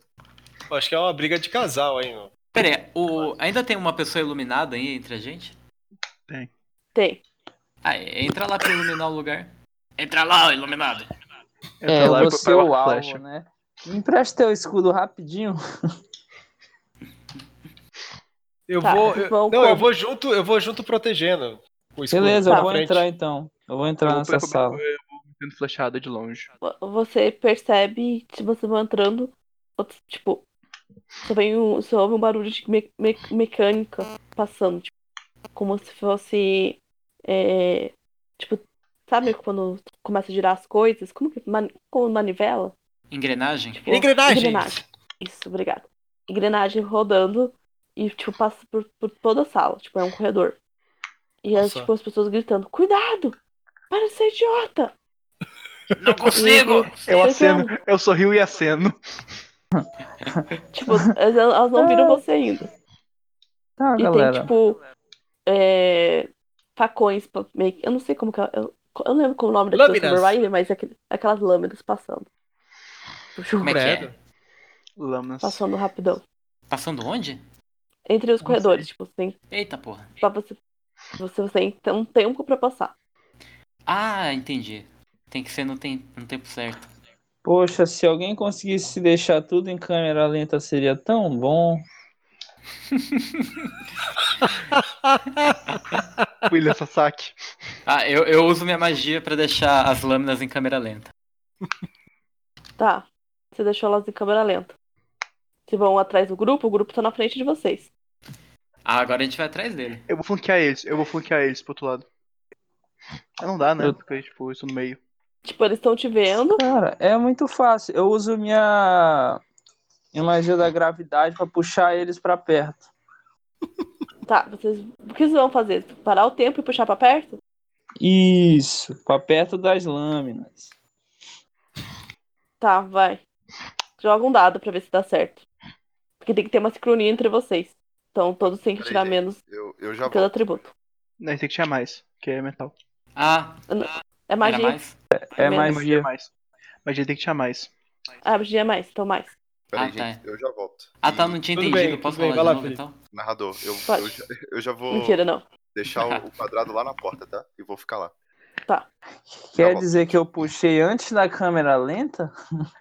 Eu acho que é uma briga de casal, hein? meu?
Pera aí, o... ainda tem uma pessoa iluminada aí entre a gente?
Tem.
Ah, é, entra lá pra iluminar o lugar. Entra lá, ô iluminado.
Entra
é,
lá e
você
prepara
o
uma
alvo,
flecha.
né? Me empresta teu escudo rapidinho.
Eu
Tá,
vou.
vocês
eu-
vão
não, eu
como?
vou junto, eu vou junto protegendo. Com o escudo
Beleza,
na
eu vou
frente.
entrar então. Eu vou entrar
Eu vou
nessa
preparar-
sala.
Eu vou metendo flechada de longe.
Vo- Você percebe, se você vai entrando, outros- tipo, só vem um, só ouve um barulho de me- me- mecânica passando, tipo, como se fosse, é, tipo, sabe quando começa a girar as coisas? Como que, man, como manivela?
Engrenagem?
Tipo,
Engrenagens.
Engrenagem. Isso, obrigado. Engrenagem rodando e, tipo, passa por, por toda a sala, tipo, é um corredor. E, as,
Nossa.
tipo, as pessoas gritando, cuidado! Para de ser idiota!
Não consigo!
é
Eu aceno,
Chegando.
eu sorrio e aceno.
Tipo, elas, elas não viram você ainda.
Tá,
E
galera.
tem, tipo, é, facões, pa- meio que- eu não sei como que é, eu, eu não lembro como o nome daquilo
Lâminas.
Silver Rider, mas é aquele- aquelas lâminas passando.
Como é que é?
Lâminas.
Passando rapidão.
Passando onde?
Entre os
Não
corredores, tipo, você tem,
Eita porra.
pra você, você, você tem que ter um tempo pra passar.
Ah, entendi. Tem que ser no, tem... no tempo certo.
Poxa, se alguém conseguisse deixar tudo em câmera lenta seria tão bom.
William Sasaki.
Ah, eu, eu uso minha magia pra deixar as lâminas em câmera lenta.
Tá. Você deixou elas em câmera lenta. Vocês vão atrás do grupo, o grupo tá na frente de vocês.
Ah, agora a gente vai atrás dele.
Eu vou flanquear eles, eu vou flanquear eles pro outro lado. Ah, não dá, né?
Eu-
Porque, tipo, eu estou no meio.
Tipo, eles estão te vendo.
Cara, é muito fácil. Eu uso minha minha magia da gravidade pra puxar eles pra perto.
Tá, vocês. O que vocês vão fazer? Parar o tempo e puxar pra perto?
Isso, pra perto das lâminas.
Tá, vai. Joga um dado pra ver se dá certo. Porque tem que ter uma sincronia entre vocês. Então todos têm que tirar
Entendi.
menos
Eu, eu já
do cada
volto.
atributo.
Não, tem que tirar mais, que é metal.
Ah,
É
era
magia.
mais?
É
Menos.
É magia
magia.
mais. Magia tem que tirar mais.
Ah, magia é mais, então mais.
Peraí,
Ah, tá.
gente, eu já volto.
Ah, tá,
E,
não tinha
Tudo
entendido.
bem,
Posso
tudo bem,
falar
vai
de
lá,
novo então? e
Felipe.
tal?
Narrador, eu,
Pode.
eu, já, eu já vou
Mentira, não.
deixar o, o quadrado lá na porta, tá? E vou ficar lá.
Quer
bom.
dizer que eu puxei antes da câmera lenta?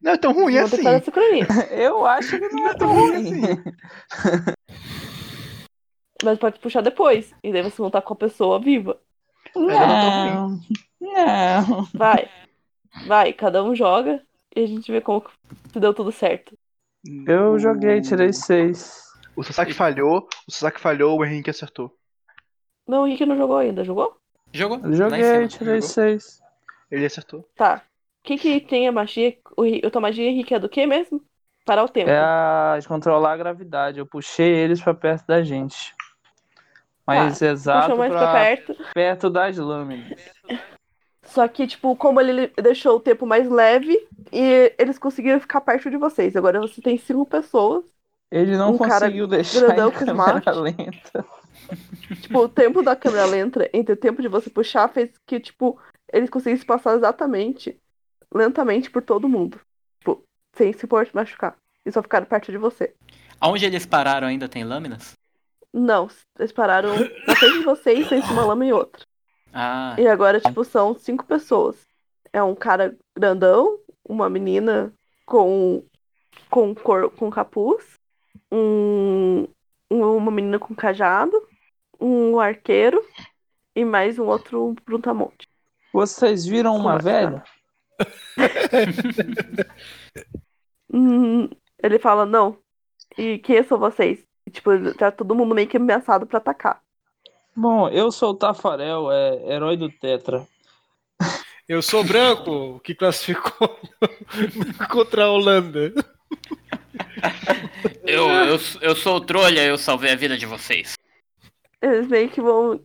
Não é tão ruim
Vou
assim.
deixar a sincronia.
Eu acho que não é tão ruim.
Mas pode puxar depois. E daí você montar com a pessoa viva.
Não. Não.
Vai. Vai, cada um joga e a gente vê como que se deu tudo certo.
Eu joguei, tirei seis.
O Sasaki falhou, o Sasaki falhou, o Henrique acertou.
Não, o Rick não jogou ainda, jogou?
Jogou? Lá em
Joguei,
cima.
tirei
Jogou.
seis.
Ele acertou.
Tá. Quem que tem a magia? O Ri- a tua magia, Henrique, é do quê mesmo? Parar o tempo.
É a de controlar a gravidade. Eu puxei eles pra perto da gente. Mas exato
Tá. Puxou mais pra
pra
perto.
perto das lâminas.
Só que, tipo, como ele deixou o tempo mais leve e eles conseguiram ficar perto de vocês. Agora você tem cinco pessoas.
Ele não
Um cara
conseguiu deixar
grandão
em
com
câmera
smart.
lenta.
Tipo, o tempo da câmera lenta entre o tempo de você puxar fez que, tipo, eles conseguissem passar exatamente, lentamente por todo mundo. Tipo, sem se por machucar. E só ficaram perto de você.
Aonde eles pararam ainda tem lâminas?
Não, eles pararam na frente de vocês, entre uma lama e outra.
Ah,
E agora, tipo, são cinco pessoas. É um cara grandão, uma menina com com cor, com capuz, um, uma menina com cajado, um arqueiro e mais um outro brutamonte.
Vocês viram
Como
uma
é que
velha?
Hum, ele fala, não. E quem são vocês? E, tipo, tá todo mundo meio que ameaçado pra atacar.
Bom, eu sou o Tafarel, é, herói do Tetra.
Tá.
Eu sou branco, o que classificou contra a Holanda.
eu, eu, eu sou o trolha, eu salvei a vida de vocês.
Eles meio que vão.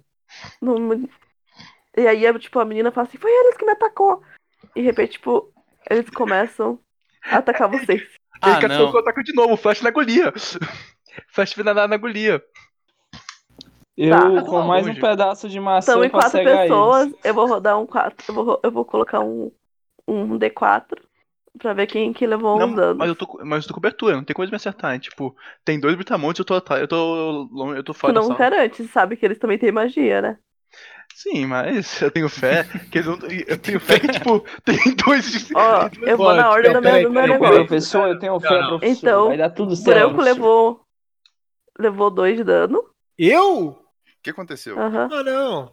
num- E aí, é, tipo, a menina fala assim, foi eles que me atacou. E de repente, tipo, eles começam a atacar vocês.
Ah,
ele
não.
acertou, atacou de novo, flash na agulha. flash na, na, na agulha.
Eu,
Tá.
com mais um
Longe.
pedaço de maçã,
São em
eu
quatro
consigo eles.
pessoas. Eu vou rodar um quatro. Eu vou, ro- eu vou colocar um, um D4 pra ver quem que levou
Não,
um dano.
mas, eu tô, co- mas eu tô cobertura, não tem como eles me acertarem. Tipo, tem dois brutamontes, eu tô atrás, eu tô longe, eu tô
Tu
fora da
Tipo, não
sala.
garante, sabe que eles também têm magia, né?
Sim, mas eu tenho fé que eles não. Eu tenho fé que, tipo, tem dois.
Ó, eu vou na
Pode.
ordem do
Não,
meu,
peraí,
do meu
peraí,
negócio.
peraí.
Professor, eu tenho fé,
Não, não.
professor.
Então,
vai dar tudo
O
certo.
branco levou. Levou dois de dano.
Eu?
O que aconteceu?
Aham.
Ah, não.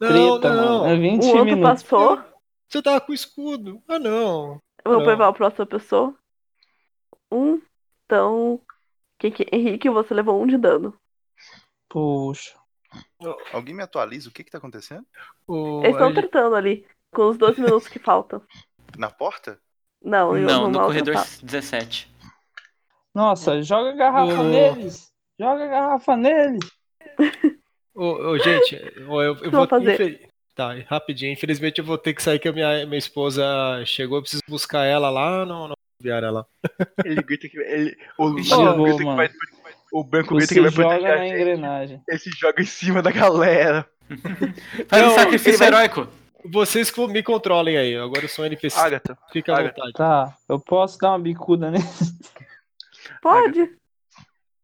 Não,
Treta, mano. É
não.
20
O Um outro
minutos.
passou.
Você tava com escudo. Ah, não.
Eu vou
Não.
provar a próxima pessoa. Um. Então. Quem que... Henrique, você levou um de dano.
Poxa.
Alguém me atualiza o que que tá acontecendo?
O-
Eles
a
estão
gente-
tretando ali. Com os 12 minutos que faltam.
Na porta?
Não, eu
Não,
vou
no
mal
corredor
tentar.
17.
Nossa, joga a garrafa
Ô.
neles. Joga a garrafa neles.
Ô, ô, gente, ô, eu, eu vou
vão fazer?
infel- Tá, rapidinho. Infelizmente eu vou ter que sair que a minha, minha esposa chegou, eu preciso buscar ela lá no, no rodoviário lá.
Ele grita que. Ele, o, o,
Chegou,
grita que
mano.
vai, o branco grita
Você
que vai
joga
proteger.
na
a gente.
engrenagem.
Ele se joga em cima da galera.
Faz um
Não,
sacrifício heróico.
Vocês co- me controlem aí, agora eu sou um NPC,
Agatha,
fica à
Agatha.
vontade.
Tá, eu posso dar uma bicuda neles.
Pode.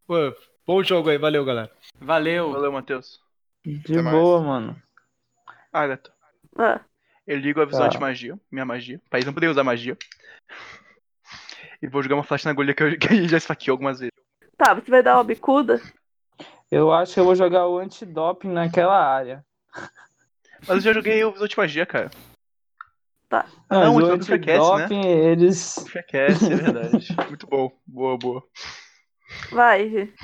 Pô, bom jogo aí, valeu, galera.
Valeu.
valeu, Matheus.
De
Até mais.
boa, mano.
Agatha,
Ah,
eu ligo a visão
Tá.
de magia, minha magia, pra eles não poderem usar magia. E vou jogar uma flash na agulha que, eu, que a gente já esfaqueou algumas vezes.
tá, você vai dar uma bicuda?
Eu acho que eu vou jogar o antidoping naquela área.
Mas eu já joguei o visão de magia, cara.
Mas
Ah, Não,
o
o antidoping aquece, né?
antidoping, eles.
Isso aquece, é verdade. Muito bom. Boa, boa.
Vai, gente.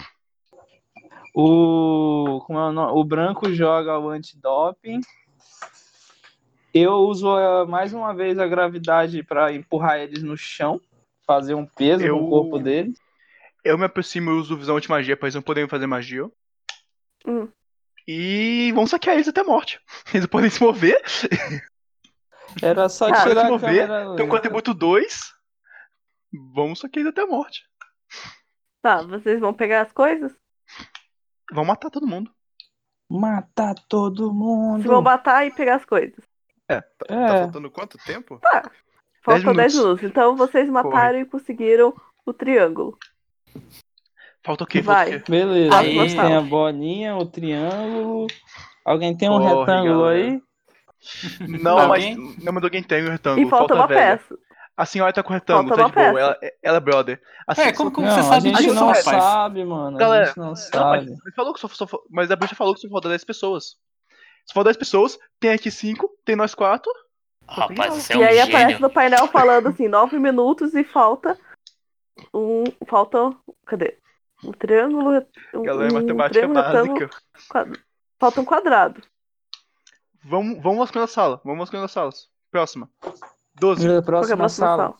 O. Como é o nome? O branco joga o antidoping. Eu uso ah, mais uma vez a gravidade pra empurrar eles no chão, fazer um peso
Eu-
no corpo deles.
Eu me aproximo e uso visão de magia pra eles não poderem fazer magia.
Hum.
E vão saquear eles até a morte. Eles não podem se mover.
Era só
Ah,
tirar
se
a
mover,
câmera.
Então, com o atributo 2, vamos saquear eles até a morte.
Tá, vocês vão pegar as coisas?
Vão matar todo mundo.
Matar todo mundo.
Vocês vão matar e pegar as coisas.
Tá,
É.
tá faltando quanto tempo?
Faltam 10
minutos.
minutos. Então vocês mataram e conseguiram o triângulo.
Falta o quê?
Vai.
Falta o quê?
Beleza,
Aí.
vocês têm a bolinha, o triângulo. Alguém tem um
Corre,
retângulo aí?
Não, mas
Alguém?
não, mas alguém tem o retângulo.
E falta
a
uma
velha.
peça.
A senhora tá com o retângulo,
Falta
tá
uma
de boa.
peça.
Ela, ela é brother. Assim,
É, como, como
não,
você né?
a
sabe
gente
disso,
não
rapaz?
sabe, mano. a
Galera,
gente não
Não, mas,
sabe.
ele falou que só, só, mas a bruxa falou que só falta 10 pessoas. Se for 10 pessoas, tem aqui 5, tem nós 4.
Rapaz, você é um
e aí aparece
gênio.
no painel falando assim, 9 minutos e falta um. Falta. Cadê? Um triângulo. Um,
Galera,
um
matemática
triângulo, retângulo,
básica.
quadra- Falta um quadrado.
Vamos, vamos lascando a sala. Vamos lascando as salas. Próxima. 12,
Próxima,
Qual que é a próxima
sala.
sala?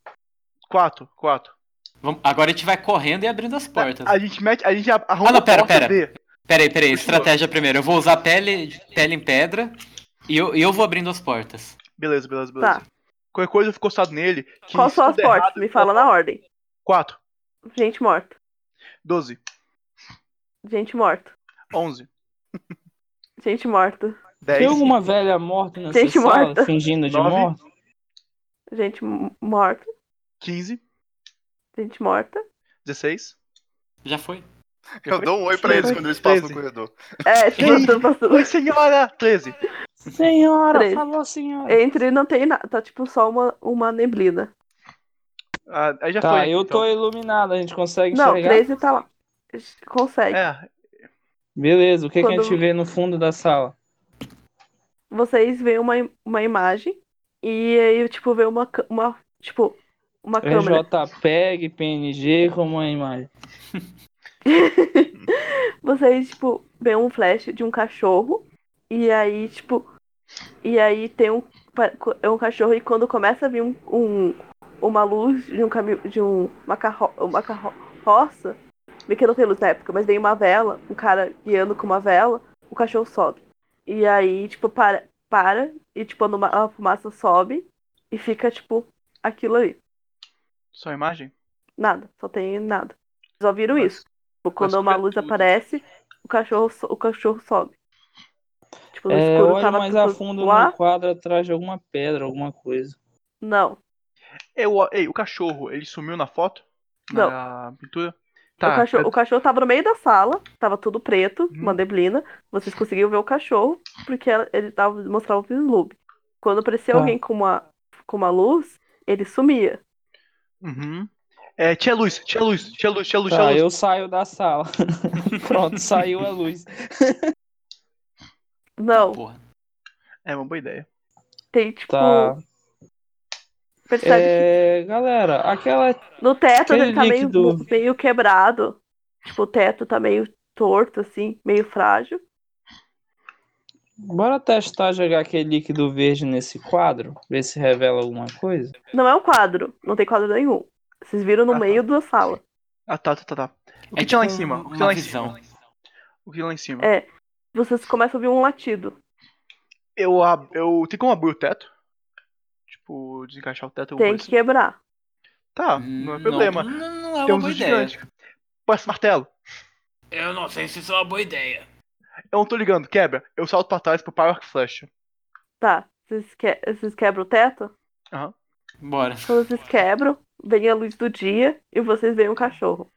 4, 4.
Vamos- agora a gente vai correndo e abrindo as portas.
A gente mete, a gente a- arruma
Ah, não,
a
pera,
porta
pera.
de-
Peraí, peraí,
Continua.
estratégia primeiro. Eu vou usar pele, pele em pedra e eu, e eu vou abrindo as portas.
Beleza, beleza, beleza.
Tá.
Qualquer coisa eu fico encostado nele. que
Qual
se
são as
tudo
portas?
errado-
Me fala na ordem.
4,
Gente morta.
12,
Gente morta.
11.
Gente morta.
10,
Tem alguma velha morta nessa
Gente
sala,
morta.
fingindo de
Nove.
morta?
Gente m- morta.
15,
Gente morta.
16.
Já foi.
Eu dou um oi pra eles quando eles passam no corredor.
É, tipo,
Ih.
tô passando-
Oi, senhora! 13.
Senhora,
Treze.
falou senhora.
entre não tem nada. Tá tipo só uma, uma neblina.
Ah, aí já
Tá,
foi.
eu
então.
tô iluminado, a gente consegue
Não,
enxergar?
13 tá lá. Consegue.
É,
Beleza, o que, que a
Quando-
gente vê no fundo da sala?
Vocês veem uma, im- uma imagem e aí, tipo, vê uma, cã- uma tipo, uma câmera.
RJPEG, PNG, como é a imagem?
Vocês, tipo, vê um flash de um cachorro e aí, tipo, e aí tem um, pa- é um cachorro e quando começa a vir um, um- uma luz de um caminho, de um, uma, carro, uma carroça, bem que não tem luz na época, mas vem uma vela, um cara guiando com uma vela, o cachorro sobe. E aí, tipo, para, para e, tipo, numa, a fumaça sobe e fica, tipo, aquilo ali.
só a imagem?
Nada, só tem nada. Vocês Só viram isso. Tipo, quando uma luz
criaturas.
aparece, o cachorro, so- o cachorro sobe. Tipo, no
É,
escuro
olha
tava
mais a
tudo
fundo
lá.
no quadro atrás de alguma pedra, alguma coisa.
Não.
Eu, ei, É, o cachorro, ele sumiu na foto?
Não.
Na pintura?
o, cachorro, o
Tá, eu-
cachorro tava no meio da sala, tava tudo preto, uma neblina. Vocês conseguiam ver o cachorro, porque ela- ele tava, mostrava o vislumbre. Quando aparecia
Tá.
alguém com uma, com uma luz, ele sumia.
Uhum. É, tinha luz, tinha luz, tinha luz, tinha luz, tinha
Tá,
luz.
eu saio da sala. Pronto, saiu a luz.
Não,
Porra.
É uma boa ideia.
tem tipo.
Tá.
Percebe
É, galera, aquela
que no teto
aquele
ele tá meio,
líquido-
meio quebrado. Tipo, o teto tá meio torto, assim, meio frágil.
Bora testar jogar aquele líquido verde nesse quadro, ver se revela alguma coisa.
Não é um quadro, não tem quadro nenhum. Vocês viram no
Ah, tá.
meio da sala.
Ah, tá, tá, tá. tá. O que
É
tinha lá em
tipo
cima? O que tinha
Uma
lá em
visão.
cima? O que tinha lá em cima?
É. Vocês começam a ouvir um latido.
Então, Eu, ab- eu. Tem como abrir o teto? Tipo, desencaixar o teto? alguma
Tem
coisa
que quebrar.
Tá, não é problema.
Hum, Não, não é uma
Temos um
boa ideia.
gigante. Parece martelo.
Eu não sei se isso é uma boa ideia.
Eu não tô ligando, quebra. Eu salto pra trás pro Power Arc Flecha.
Tá. Vocês, que... vocês quebram o teto?
Bora.
Quando vocês quebram, vem a luz do dia e vocês veem um cachorro.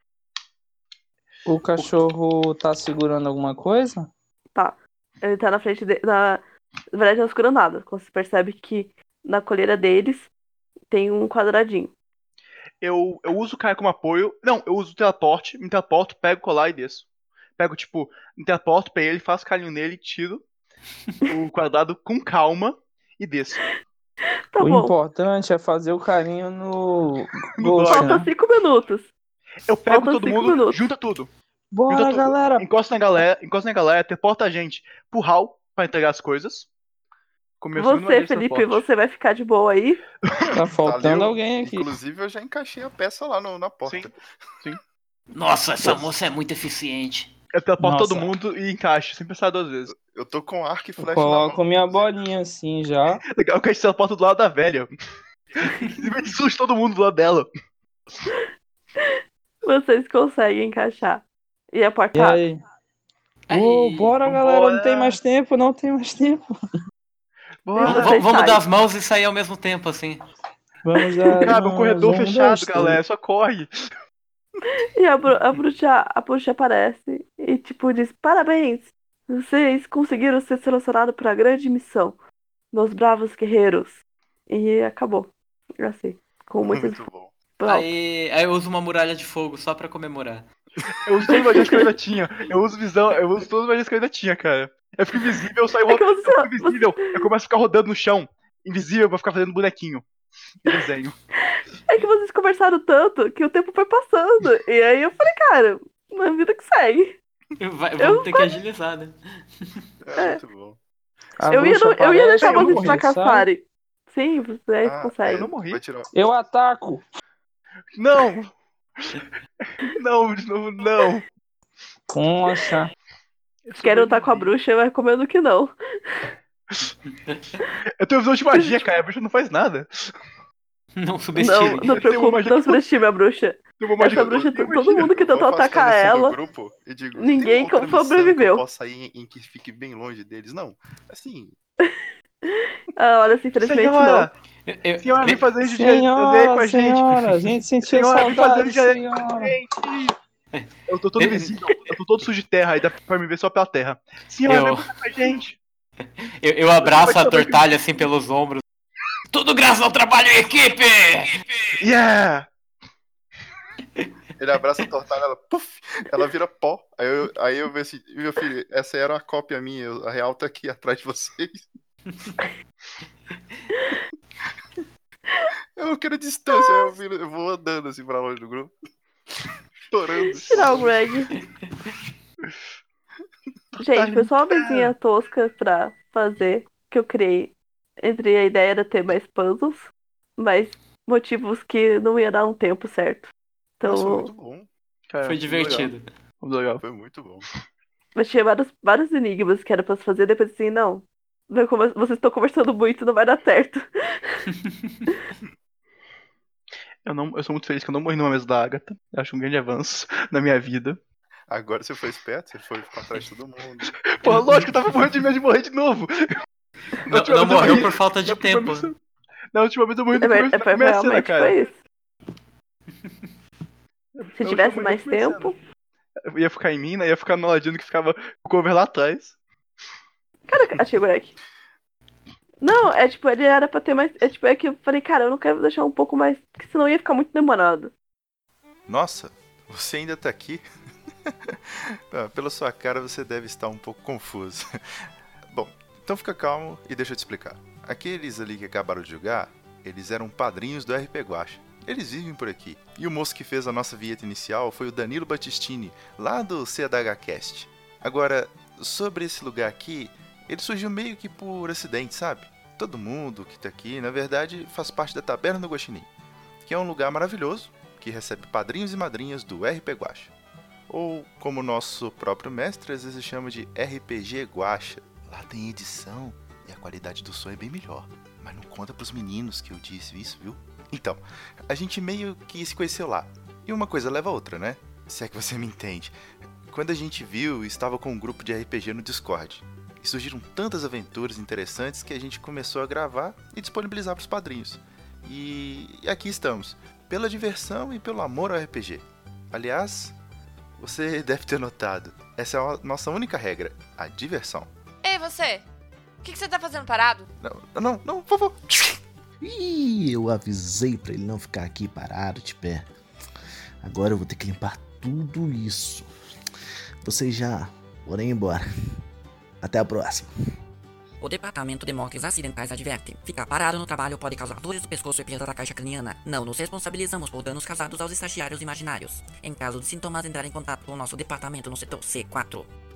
O cachorro tá segurando alguma coisa?
Ele tá na frente de... na... na verdade, não escuro nada. Quando você percebe que na coleira deles tem um quadradinho.
Eu, eu uso o cara como apoio. Não, eu uso o teleporte, me teleporto, pego o colar e desço. Pego, tipo, me teleporto, pego ele, faço carinho nele, tiro o quadrado com calma e desço.
Tá
o
bom.
importante é fazer o carinho no
No
Ghost,
Dói,
Faltam
né?
cinco minutos.
Eu pego
Faltam
todo
cinco
mundo,
minutos.
junta tudo.
Bora,
tá
Então,
galera!
Encosta na galera, encosta na galera, teleporta a gente pro hall pra entregar as coisas. Com meu segundo
Você,
maneiro de
Felipe,
teleporte.
você vai ficar de boa aí.
Tá faltando
Valeu.
alguém aqui.
Inclusive, eu já encaixei a peça lá no- na porta.
Sim.
Nossa, essa moça é muito eficiente.
Eu teleporto
Nossa.
todo mundo e encaixo, sem pensar duas vezes.
Eu tô com arco e
Eu
flecha na
coloco
mão.
minha bolinha assim já.
Legal que a gente teleporta do lado da velha. Simplesmente surge todo mundo do lado dela.
Vocês conseguem encaixar. E a porta
E
abre.
aí? Ô, bora, galera, não
Bora.
tem mais tempo, não tem mais tempo.
Bora.
Vocês
vamos
saem.
dar as mãos e sair ao mesmo tempo, assim.
Vamos lá.
Cara, o
irmãos,
corredor
um, dois,
fechado,
três.
galera, só corre.
E a, bru- a bruxa, a bruxa aparece e, tipo, diz: Parabéns! Vocês conseguiram ser selecionados para a grande missão. Meus bravos guerreiros. E acabou. Assim, com muitas
Muito bom.
palavras.
Aí, aí eu uso uma muralha de fogo só pra comemorar.
Eu uso todas as magias que eu ainda tinha. Eu uso visão, eu uso todas as magias que eu ainda tinha, cara. Eu fico invisível, eu saio
É que
rodando.
você-
Eu fico invisível, eu começo a ficar rodando no chão. Invisível, eu vou ficar fazendo bonequinho. E Desenho.
É que vocês conversaram tanto que o tempo foi passando. E aí eu falei, cara, na vida que segue.
Vai-
Eu
vamos ter que agilizar, né?
É, muito bom.
A
eu, ia,
bruxa
no- eu ia
aparece,
deixar
eu
vocês
morri, sabe?
fracassarem. Sim, vocês
Ah,
eu
conseguem.
não morri.
Vai tirar.
Eu ataco.
Não! Não, de novo, não.
Nossa.
Querem lutar com a bruxa, eu recomendo que não.
Eu tenho visão de magia, cara. A bruxa não faz nada.
Não
Não,
subestime.
não preocupe,
magia
não
que-
subestime a bruxa.
Eu vou
Essa
magia-
bruxa,
eu tenho
todo mundo que
é Eu
tentou
faço
atacar
cabeça do
ela.
grupo e digo, "Tem
ninguém
outra
que
missão
sobreviveu."
Que eu possa ir em que fique bem longe deles. Não, assim,
Ah, olha, assim, infelizmente
é
não.
Senhora,
Eu- eu-
senhora, vem fazer isso de desenho com a
Senhora,
gente.
senhora, a gente sentiu
Senhora, vem fazer um
saudade,
isso de desenho com a
senhora.
gente. Eu tô todo
Eu-
invisível, eu tô todo sujo de terra, aí dá pra me ver só pela terra. Senhora,
Eu-
vem fazer com a gente.
Eu, eu abraço a tortalha assim pelos ombros. Tudo graças ao trabalho em equipe!
Yeah!
ele abraça a tortada, ela, puff, ela vira pó. Aí eu, aí eu vejo assim, meu filho, essa era uma cópia minha, eu- a real tá aqui atrás de vocês. eu não quero distância, aí eu, viro- eu vou andando assim pra longe do grupo. Chorando.
Tirar o Greg. Gente, foi só
Tá
uma mesinha tosca pra fazer que eu criei. Entre a ideia era ter mais puzzles, mas motivos que não ia dar um tempo certo. Então,
Nossa, muito bom.
É,
Cara,
Foi divertido.
Muito legal.
Foi muito bom.
mas tinha vários, vários enigmas que era pra se fazer, depois assim, não. vai come- Vocês estão conversando muito, não vai dar certo.
Eu, não, eu sou muito feliz que eu não morri numa mesa da Agatha. Eu acho um grande avanço na minha vida.
Agora você foi esperto, você foi ficar atrás de todo mundo.
Pô, lógico, eu tava morrendo de medo de morrer de novo.
Não, não
última vez eu
morreu
morri-
por falta de
na última
tempo.
vez eu- Na última vez eu morri
É,
no começo
ver-
da
foi-
primeira cena,
realmente
cara.
foi isso. Se
Eu
tivesse
tô
mais
muito pensando.
tempo.
Eu ia ficar em mim, né? Ia ficar no Ladino que ficava com o cover lá atrás.
Achei o buraco. assim, Não, é tipo, ele era pra ter mais. É tipo, é que eu falei, cara, eu não quero deixar um pouco mais. Porque senão ia ficar muito demorado.
Nossa, você ainda tá aqui? Ah, Pela sua cara, você deve estar um pouco confuso. Bom, então fica calmo e deixa eu te explicar. Aqueles ali que acabaram de jogar, eles eram padrinhos do RP Guacha. Eles vivem por aqui. E o moço que fez a nossa vinheta inicial foi o Danilo Battistini, lá do CDHcast. Agora, sobre esse lugar aqui, ele surgiu meio que por acidente, sabe? Todo mundo que tá aqui, na verdade, faz parte da Taberna do Guaxinim, que é um lugar maravilhoso que recebe padrinhos e madrinhas do RP Guacha. Ou, como nosso próprio mestre às vezes chama de RPG Guacha. Lá tem edição e a qualidade do som é bem melhor. Mas não conta pros meninos que eu disse isso, viu? Então, a gente meio que se conheceu lá. E uma coisa leva a outra, né? Se é que você me entende. Quando a gente viu, estava com um grupo de RPG no Discord. E surgiram tantas aventuras interessantes que a gente começou a gravar e disponibilizar pros padrinhos. E aqui estamos pela diversão e pelo amor ao RPG. Aliás, você deve ter notado, essa é a nossa única regra, a diversão.
Ei, você! O que, que você tá fazendo parado?
Não, não, não, por favor.
Ih, eu avisei pra ele não ficar aqui parado de pé. Agora eu vou ter que limpar tudo isso. Vocês já podem ir embora. Até a próxima.
O Departamento de Mortes Acidentais adverte: ficar parado no trabalho pode causar dores do pescoço e perda da caixa craniana. Não nos responsabilizamos por danos causados aos estagiários imaginários. Em caso de sintomas, entrar em contato com o nosso departamento no setor C4.